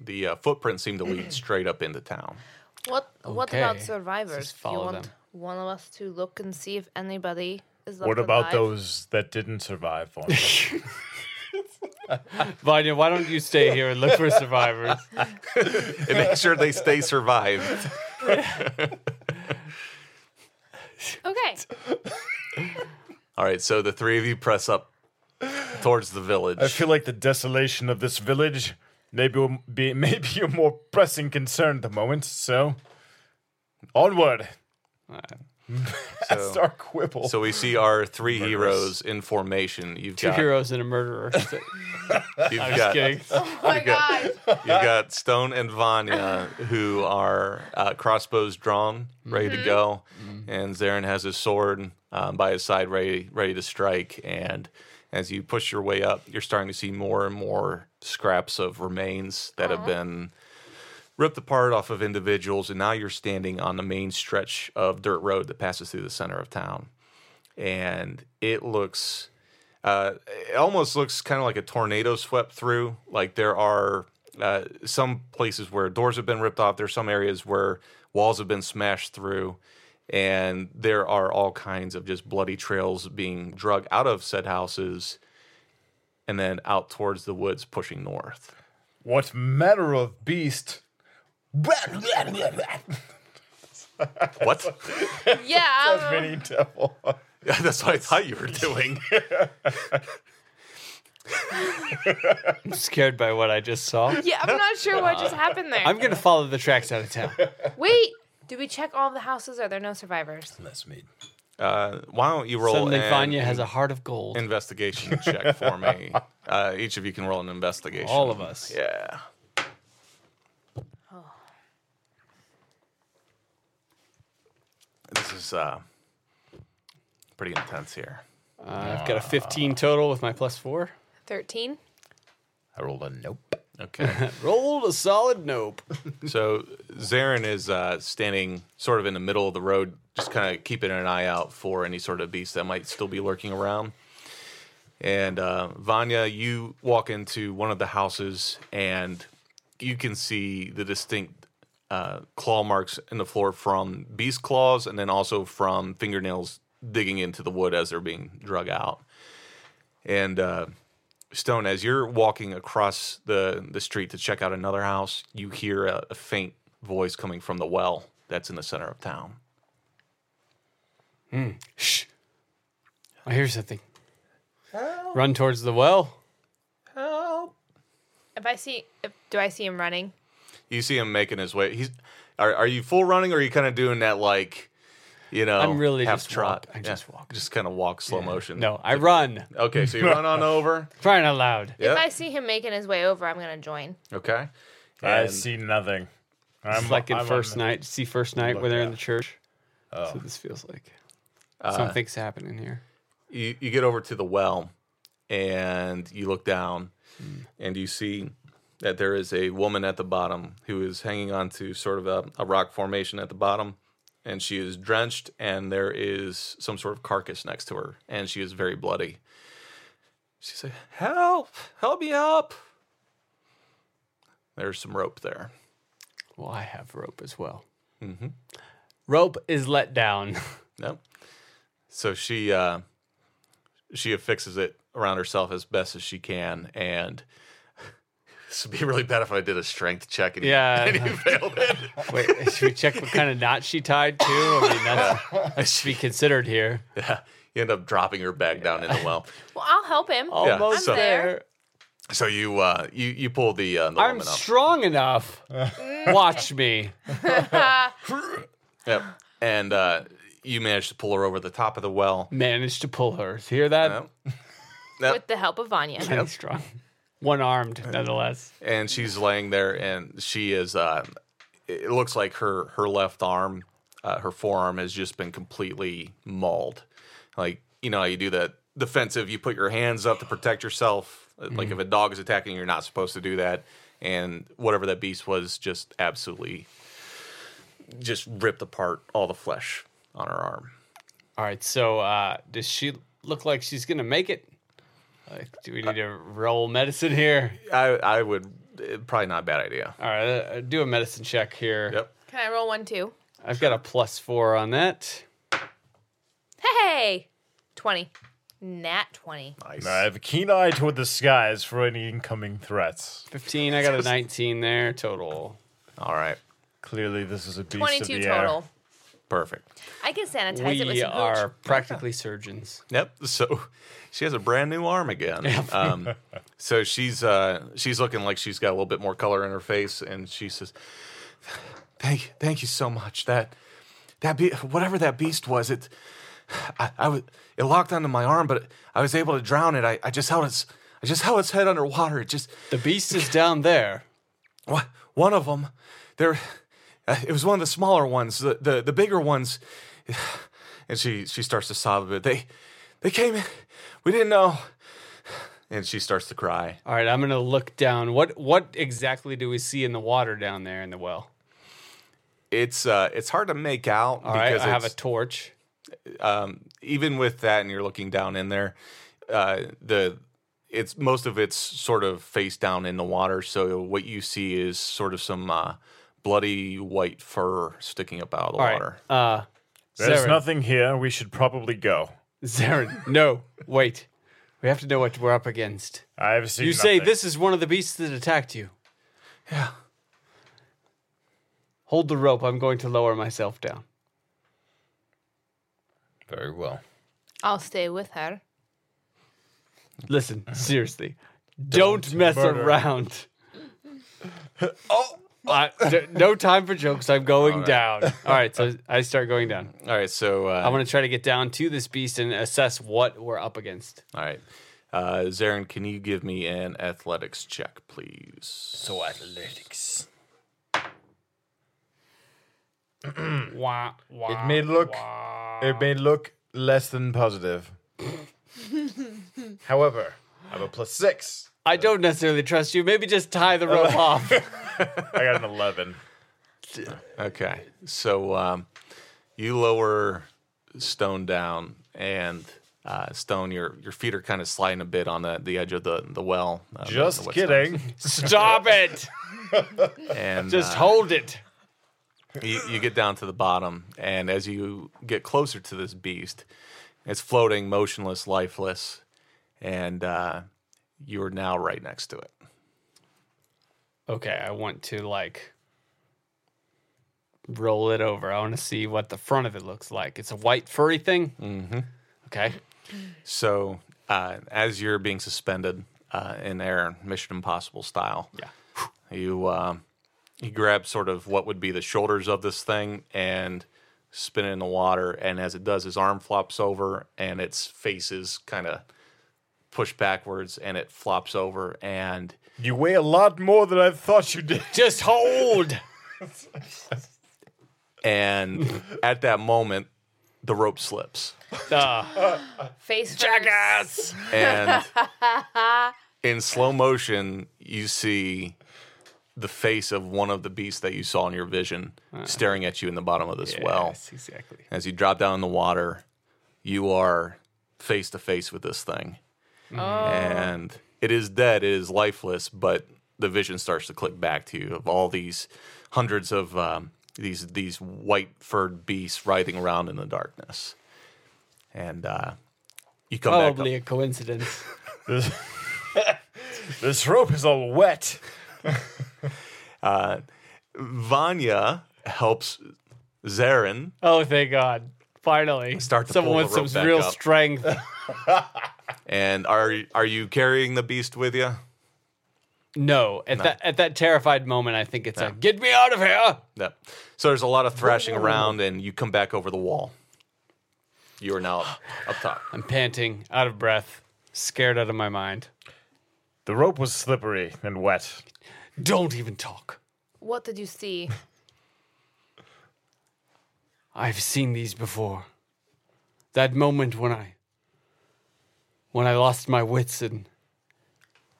The uh, footprints seem to lead straight up into town. [laughs]
What What
Okay.
about
Let's
survivors? Do you
follow
want
them.
one of us to look and see if anybody is left
What about
alive?
those that didn't survive? Vanya?
Vanya, why don't you stay here and look for survivors?
And make sure they stay survived.
Okay.
[laughs]
All right, so the three of you press up towards the village.
I feel like the desolation of this village may be, be maybe a more pressing concern at the moment. So, onward.
[laughs]
That's our quibble.
so we see our three heroes in formation. You've
[laughs] Two
got
heroes and a [laughs] murderer. So-
You've
I'm just
got
kidding.
Oh my god.
You've got Stone and Vanya, who are uh, crossbows drawn, ready to go, and Zarin has his sword um, by his side, ready ready to strike. And as you push your way up, you're starting to see more and more scraps of remains that have been ripped apart off of individuals, and now you're standing on the main stretch of dirt road that passes through the center of town, and it looks uh, it almost looks kind of like a tornado swept through. Like there are Uh, some places where doors have been ripped off. There's some areas where walls have been smashed through, and there are all kinds of just bloody trails being drug out of said houses, and then out towards the woods, pushing north.
What manner of beast?
What?
Yeah. I'm-
Mini devil.
That's what I thought you were doing.
I'm scared by what I just saw.
[laughs] yeah, I'm not sure
[laughs]
what just happened there.
I'm gonna follow the tracks out
[laughs]
of town.
Wait, do we check all the houses? Are there no survivors?
That's me.
Uh, why don't you roll?
Suddenly,
an
Vanya has a heart of gold.
investigation check for me. Uh, each of you can roll an investigation.
All of us.
Yeah. This is uh, pretty intense here.
Uh, I've got a 15 total with my plus four.
13?
I rolled a nope.
Okay.
Rolled a solid nope.
so Zarin is uh, standing sort of in the middle of the road, just kind of keeping an eye out for any sort of beast that might still be lurking around. And uh, Vanya, you walk into one of the houses and you can see the distinct uh, claw marks in the floor from beast claws and then also from fingernails digging into the wood as they're being drug out. And uh, Stone, as you're walking across the, the street to check out another house, you hear a, a faint voice coming from the well that's in the center of town.
Shh. I hear something.
Oh.
Run towards the well.
If I see, if, do I see him running?
You see him making his way. He's are, are you full running or are you kind of doing that like, you know,
I'm really
half
just
trot?
walk. I just walk.
Just kind of walk slow motion.
No, I run.
Okay, so you
[laughs]
run on over.
Crying out loud.
Yep.
If I see him making his way over, I'm going to join.
Okay.
I
And-
see nothing. I'm
It's like in
I'm
first
on-
night. See first night where they're in
out.
the church. That's
Oh.
what this feels like.
Uh.
Something's happening here.
you, you get over to the well and you look down and you see that there is a woman at the bottom who is hanging on to sort of a, a rock formation at the bottom and she is drenched and there is some sort of carcass next to her and she is very bloody she's like help help me up there's some rope there
Well, I have rope as well.
Mm-hmm.
Rope is let down. [laughs]
Nope. So she uh, she affixes it around herself as best as she can, and [laughs] this would be really bad if I did a strength check and you- [laughs]
Yeah.
and you failed it.
Wait, should we check what kind of knot she tied to? I mean, that's to be considered here.
Yeah, you end up dropping her back down in the well.
Well, I'll help him.
Almost
so-
there.
So you uh, you you pull the, uh, the
I'm
woman up, [laughs]
strong enough. Watch me.
yep. and uh, you manage to pull her over the top of the well.
Managed to pull her. Hear that?
Yep.
With the help
[laughs]
of Vanya.
Pretty strong. One armed, nonetheless.
and she's laying there and she is uh it looks like her her left arm uh, her forearm has just been completely mauled like you know how you do that defensive you put your hands up to protect yourself like if a dog is attacking you're not supposed to do that and whatever that beast was just absolutely just ripped apart all the flesh on her arm
All right. So, uh, does she look like she's gonna make it? Like, do we need to roll medicine here?
i i would eh, probably not a bad idea
All right. Uh, do a medicine check here.
yep
Can I roll one, too?
I've got a plus four on that.
Hey! 20. Nat 20.
I have a keen eye toward the skies for any incoming threats.
Fifteen. I got
[laughs]
a nineteen there total.
all right
Clearly, this is a beast of
22
the
total.
air.
perfect
I can sanitize it with
We
some
are
hooch. [laughs]
practically surgeons.
Yep. [laughs] So she has a brand new arm again. Um, so she's uh, she's looking like she's got a little bit more color in her face, and she says, "Thank, thank you so much. That that be whatever that beast was, it I, I was it locked onto my arm, but I was able to drown it. I, I just held its I just held its head underwater. It just
The beast is down there.
one one of them there uh, it was one of the smaller ones the the, the bigger ones [sighs] and she she starts to sob a bit they they came in we didn't know and she starts to cry
All right, I'm gonna look down. What what exactly do we see in the water down there in the well?
it's uh it's hard to make out
All right,
because
I have a
it's-
torch.
even with that and you're looking down in there uh the it's most of it's sort of face down in the water. So what you see is sort of some uh, bloody white fur sticking up out of the
All
water.
right. Uh,
There's
Zarin.
nothing here. We should probably go.
Zarin, no, wait. We have to know what we're up against.
I've seen.
You say
nothing.
this is one of the beasts that attacked you. Yeah. Hold the rope. I'm going to lower myself down.
Very well.
I'll stay with her.
Listen, seriously, Uh-huh. don't, mess
murder.
around. [laughs] oh, no time for jokes. I'm going [laughs] down. All right, so I start going down.
All right, so uh,
I'm going to try to get down to this beast and assess what we're up against.
all right, uh, Zarin, can you give me an athletics check, please?
So athletics.
Wah, wah.
It may look it may look less than
[laughs]
positive. However, I have a plus six.
I don't necessarily trust you. Maybe just tie the rope off. [laughs]
I got an eleven.
Okay, so um, you lower Stone down, and uh, Stone, your your feet are kind of sliding a bit on the, the edge of the the well. uh, the- the
Just
wet
kidding.
Stop it.
stones. And
Just
uh,
hold it.
you, you get down to the bottom, and as you get closer to this beast, it's floating, motionless, lifeless, and uh, you are now right next to it.
Okay, I want to like roll it over. I want to see what the front of it looks like. It's a white furry thing. Mm-hmm. Okay.
So uh, as you're being suspended uh, in air, Mission Impossible style,
Yeah.
you uh, you grab sort of what would be the shoulders of this thing and spin it in the water. And as it does, his arm flops over and its face is kind of pushed backwards and it flops over and
You weigh a lot more than I thought you did.
Just hold.
and at that moment the rope slips
Ah,
Face Jackass!
and in slow motion you see the face of one of the beasts that you saw in your vision staring at you in the bottom of this well
yes, exactly.
as you drop down in the water, you are face to face with this thing. And it is dead, it is lifeless, but the vision starts to click back to you of all these hundreds of um, these these white furred beasts writhing around in the darkness. And uh, you come
Probably
back.
a coincidence.
This, this rope is all wet.
Up. Vanya helps Zarin.
[laughs] oh, thank God. Finally.
Start to
Someone
pull
with
the rope
some
back
real
up. [laughs]
strength.
And are are you carrying the beast with you?
No, at that at that terrified moment, I think it's a get me out of here.
No. So there's a lot of thrashing around, and you come back over the wall. You are now up, up
[gasps]
top.
I'm panting, out of breath, scared out of my mind.
The rope was slippery and wet.
Don't even talk.
What did you see?
I've seen these before. That moment when I when I lost my wits and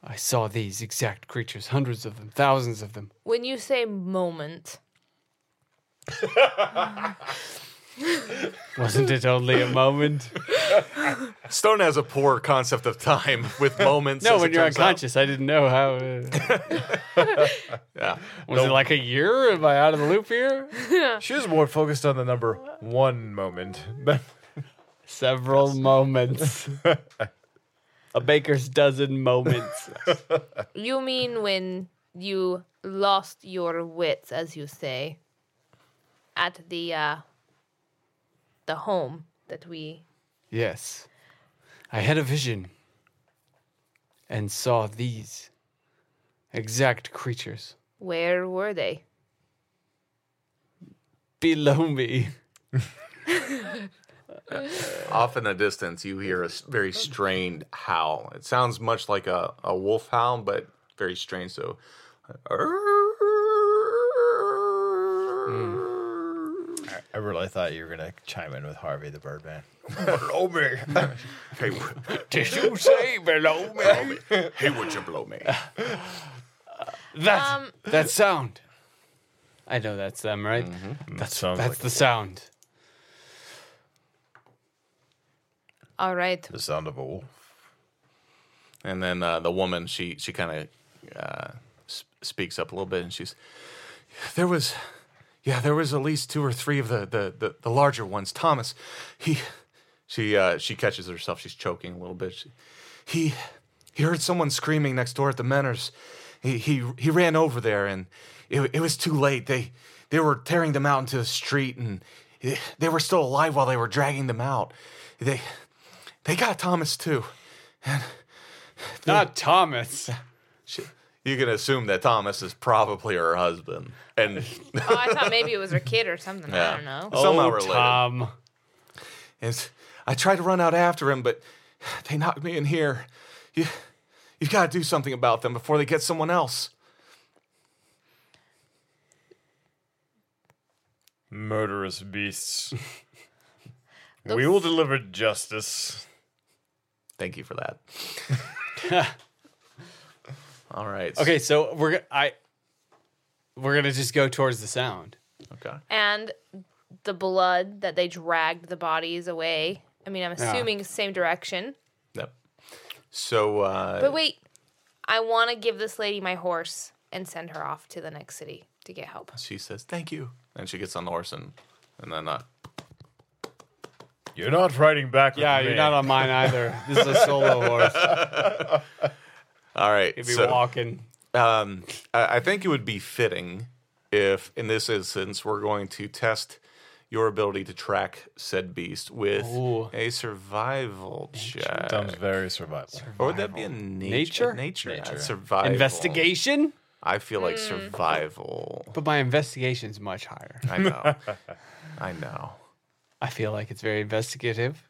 I saw these exact creatures, hundreds of them, thousands of them.
When you say moment,
[laughs] Wasn't it only a moment?
Stone has a poor concept of time [laughs] with moments.
[laughs] no,
as
when
it
you're
turns out.
unconscious, I didn't know how. Uh, [laughs]
Yeah.
was it like a year? Am I out of the loop here?
She was more focused on the number one moment.
Several moments. [laughs] a baker's dozen moments.
you mean when you lost your wits, as you say, at the uh, the home that we.
Yes. I had a vision and saw these exact creatures
Where were they?
below me. [laughs]
Off in the distance, you hear a s- very strained howl. It sounds much like a, a wolf howl, but very strange. So,
[laughs] I really thought you were gonna chime in with Harvey the
[laughs]
Birdman.
blow
Oh,
me.
[laughs]
hey, w-
Did you say below me?
hey, would you blow [laughs] me?
That,
Um.
that sound. I know that's them, right?
That sounds
That's Mm-hmm. the sound.
All right.
The sound of a wolf.
And then uh, the woman, she she kind of uh, sp- speaks up a little bit, and she's there was, yeah, there was at least two or three of the the the, the larger ones. Thomas, he, she uh, she catches herself. She's choking a little bit. She, he he heard someone screaming next door at the Menors. He he he ran over there, and it it was too late. They they were tearing them out into the street, and they were still alive while they were dragging them out. They they got Thomas too.
Not [laughs] Thomas.
She, you can assume that Thomas is probably her husband, and
Oh, I thought maybe it was her kid or something. I don't know.
somehow
oh,
related.
Tom.
It's, I tried to run out after him, but they knocked me in here. You, you've got to do something about them before they get someone else.
Murderous
[laughs]
beasts. we will deliver justice.
Thank you for that.
[laughs]
All right.
Okay, so we're go- I we're gonna just go towards the sound.
Okay.
And the blood that they dragged the bodies away. I mean, I'm assuming same direction.
Yep. So, uh,
But wait, I want to give this lady my horse and send her off to the next city to get help.
she says, "Thank you," and she gets on the horse and and then uh,
You're not riding back with
Yeah,
me.
you're not on mine either. This is a [laughs] solo horse.
all right.
If you
so-
walking.
um, I, I think it would be fitting if, in this instance, we're going to test your ability to track said beast with
Ooh.
a survival check.
Sounds very survival.
Or would that be a nat-
Nature?
Nature.
Nature.
Nature. Survival.
Investigation?
I feel like survival.
But my investigation's much higher.
I
[laughs]
know. I know.
I feel like it's very investigative.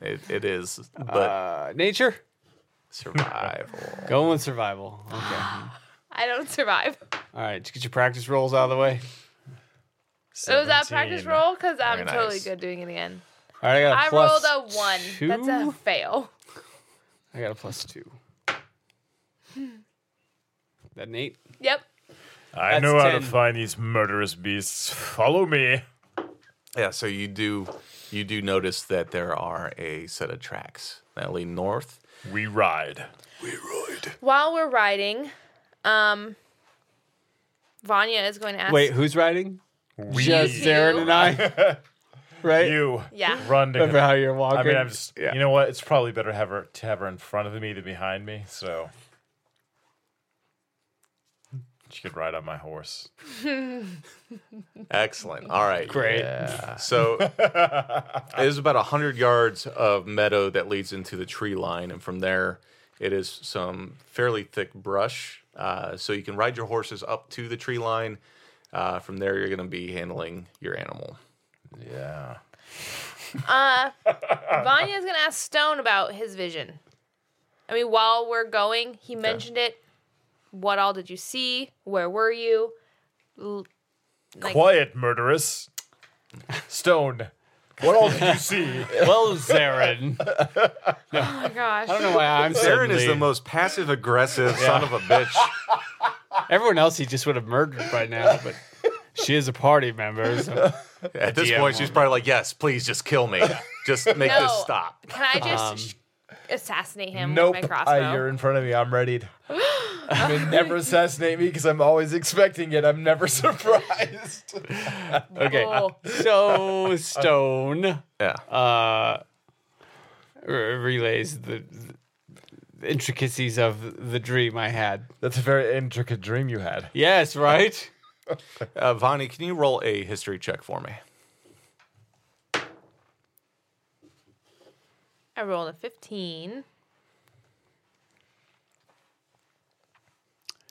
It, it is, but
Uh, nature? [laughs]
survival.
Going with survival.
[gasps]
Okay.
I don't survive. [laughs]
All right, just get your practice rolls out of the way.
So was that practice
17.
roll? Because I'm
Very
totally
nice.
good doing it again.
All right, I got a
I
plus
rolled a one.
Two.
That's a fail. [laughs]
I got a plus two.
Hmm.
that an eight?
Yep.
I
That's
know how to
10.
find these murderous beasts. Follow me.
Yeah. So you do you do notice that there are a set of tracks that lead north.
We ride.
While we're riding, um, Vanya is going to ask.
Wait, who's riding?
We
Just Zarin and I. [laughs] right?
you
Yeah.
run
Remember
to
how you're walking?
I mean, I'm just.
Yeah.
You know what? It's probably better to have her to have her in front of me than behind me. So she could ride on my horse.
Excellent. All right.
Great.
So it is about 100 yards of meadow that leads into the tree line. And from there, it is some fairly thick brush. Uh, so you can ride your horses up to the tree line. Uh, from there, you're going to be handling your animal.
Yeah.
[laughs] Vanya is going to ask Stone about his vision. I mean, while we're going, he mentioned it. What all did you see? Where were you? L- like,
Quiet, murderous. Stone. What all
[laughs]
did you see?
Well, Zarin. [laughs] I
Oh my gosh.
don't know why I'm
Aaron is the
suddenly-
most passive aggressive son of a bitch.
Everyone else he just would have murdered by now, but she is a party member. So.
At this
DM
point, she's probably like, Yes, please just kill me. Just make
No.
this stop.
Can I just assassinate him
Um, Nope.
with my crossbow?
I, you're in front of me. I'm
[gasps]
ready. You may never assassinate me because I'm always expecting it. I'm never [laughs] surprised.
Okay.
Oh.
Cool.
So Stone
Yeah.
r- relays the, the intricacies of the dream I had.
That's a very intricate dream you had.
Yes, right?
Uh, Vani, can you roll a history check for me?
I rolled a 15.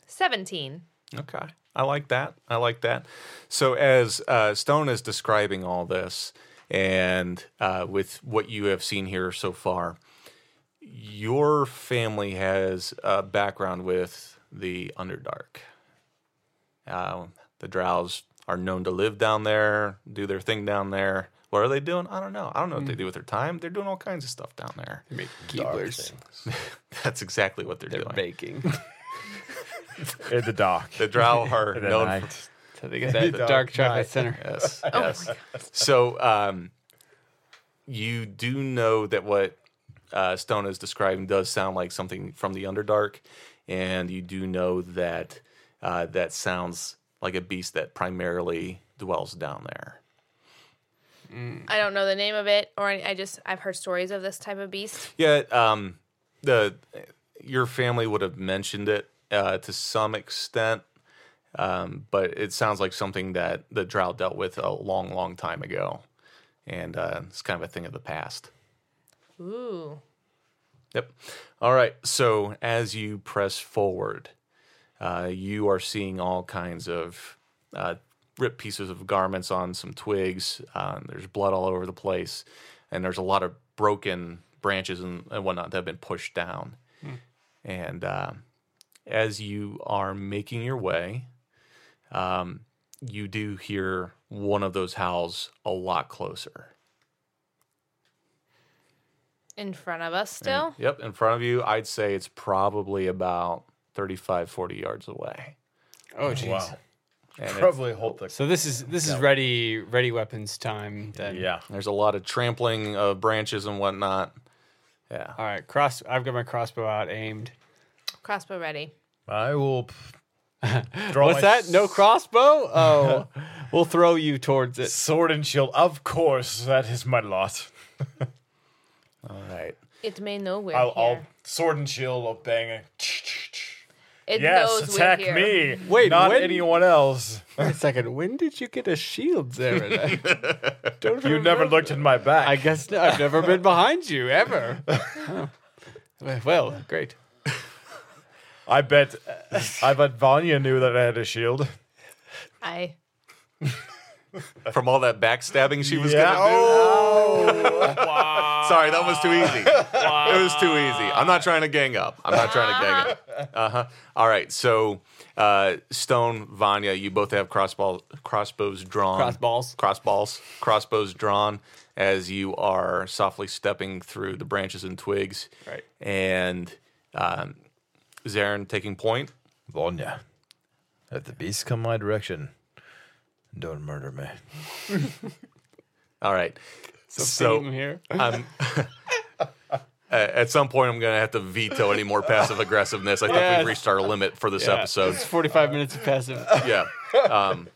17.
Okay. I like that. I like that. So, as uh, Stone is describing all this, and uh, with what you have seen here so far, your family has a background with the Underdark. Uh, the Drows are known to live down there, do their thing down there. What are they doing? I don't know. I don't know what they do with their time. They're doing all kinds of stuff down there.
Keeblers.
[laughs] That's exactly what they're,
They're
doing.
baking.
In the
[laughs]
dock.
The Drow are known for
So they get that dark chocolate center.
Yes.
Oh
yes. So um, you do know that what
uh, Stone is describing does sound like something from the Underdark, and you do know that uh, that sounds like a beast that primarily dwells down there.
I don't know the name of it, or any, I just I've heard stories of this type of beast.
Yeah, um, the your family would have mentioned it uh, to some extent, um, but it sounds like something that the drought dealt with a long, long time ago, and uh, it's kind of a thing of the past.
Ooh.
Yep. All right. So as you press forward, uh, you are seeing all kinds of uh, ripped pieces of garments on some twigs. Uh, and there's blood all over the place, and there's a lot of broken branches and, and whatnot that have been pushed down. And uh, as you are making your way, um, you do hear one of those howls a lot closer.
In front of us still?
Yep, in front of you. I'd say it's probably about 35, 40 yards away.
Oh jeez.
Wow.
And it's-
Probably hold the.
So this is this is ready ready weapons time then.
Yeah.
there's a lot of trampling of branches and whatnot. Yeah.
All right, cross I've got my crossbow out aimed.
Mm.
Crossbow ready.
I will.
[laughs]
p-
Oh,
Draw
What's
my
that?
[laughs]
No crossbow? Oh. we'll throw you towards it.
Sword and shield. Of course, that is my lot.
All right.
It may know we're
I'll,
here.
I'll sword and shield. I'll bang it.
it
Yes,
knows
attack
we're here.
me.
Wait,
not
when-
anyone else.
Wait a second. When did you get a
[laughs]
shield, Zara? Don't
You never
remember.
looked in my back.
I guess no, I've never been behind you ever. Oh. Well, great.
I
[laughs]
bet. I bet Vanya knew that I had a shield.
I
From all that backstabbing she was
Yeah.
gonna do. Oh. Sorry, that was
Ah. [laughs]
too easy. It was too easy. I'm not trying to gang up. I'm not trying to gang up.
[laughs]
Uh huh. All right. So, uh, Stone, Vanya, you both have crossbow, crossbows drawn.
Crossballs.
Crossballs. Crossbows drawn as you are softly stepping through the branches and twigs.
Right.
And um, Zarin taking point.
Vanya, let the beast come my direction. Don't murder me.
All right.
So
So
here.
I'm, a- Uh, at some point, I'm going to have to veto any more passive aggressiveness. I think
Yes.
we've reached our limit for this episode.
It's 45 minutes of passive.
Yeah. Um,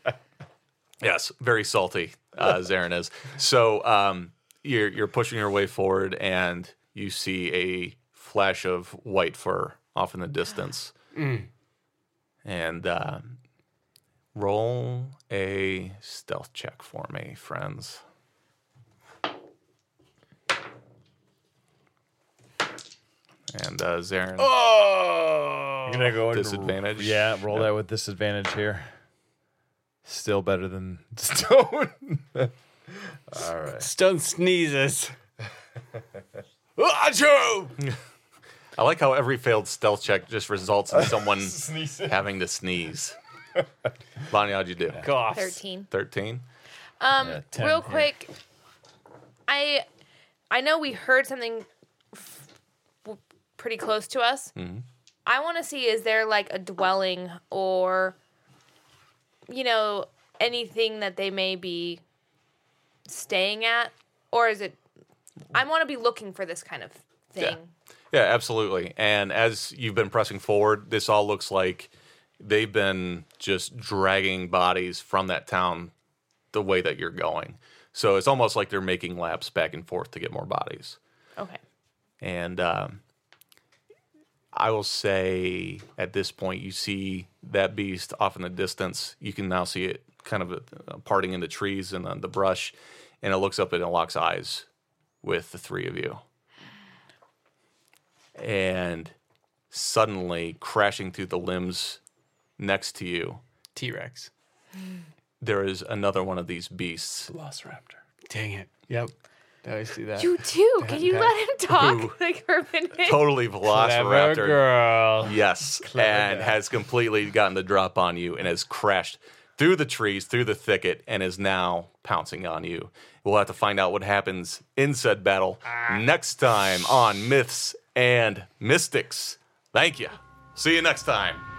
yes, very salty, uh, Zarin is. So um, you're, you're pushing your way forward, and you see a flash of white fur off in the distance. And uh, roll a stealth check for me, friends. And uh, Zarin,
I'm gonna go and-
disadvantage.
Yeah, roll that with disadvantage here. Still better
[laughs]
than stone. All right.
Stone sneezes.
I like how every failed stealth check just results in someone having to sneeze. Bonnie, how'd you do?
Coughs.
13.
13?
Um
Yeah, 10,
real
yeah.
quick I I know we heard something f- w- pretty close to us.
Mm-hmm.
I want to see is there like a dwelling or you know anything that they may be staying at or is it I want to be looking for this kind of thing.
Yeah. Yeah, absolutely. And as you've been pressing forward, this all looks like they've been just dragging bodies from that town the way that you're going. So it's almost like they're making laps back and forth to get more bodies.
Okay.
And um, I will say at this point, you see that beast off in the distance. You can now see it kind of uh, parting in the trees and on the brush. And it looks up and it locks eyes with the three of you. And suddenly, crashing through the limbs next to you,
T Rex.
there is another one of
[laughs]
these beasts.
Dang it. Yep. Now I see that.
You too. Can you
that-
let him talk [laughs] like for a minute?
Totally
Clever
velociraptor.
girl.
Yes, and has completely gotten the drop on you and has crashed through the trees, through the thicket, and is now pouncing on you. We'll have to find out what happens in said battle next time on Myths and Mystics. Thank you. See you next time.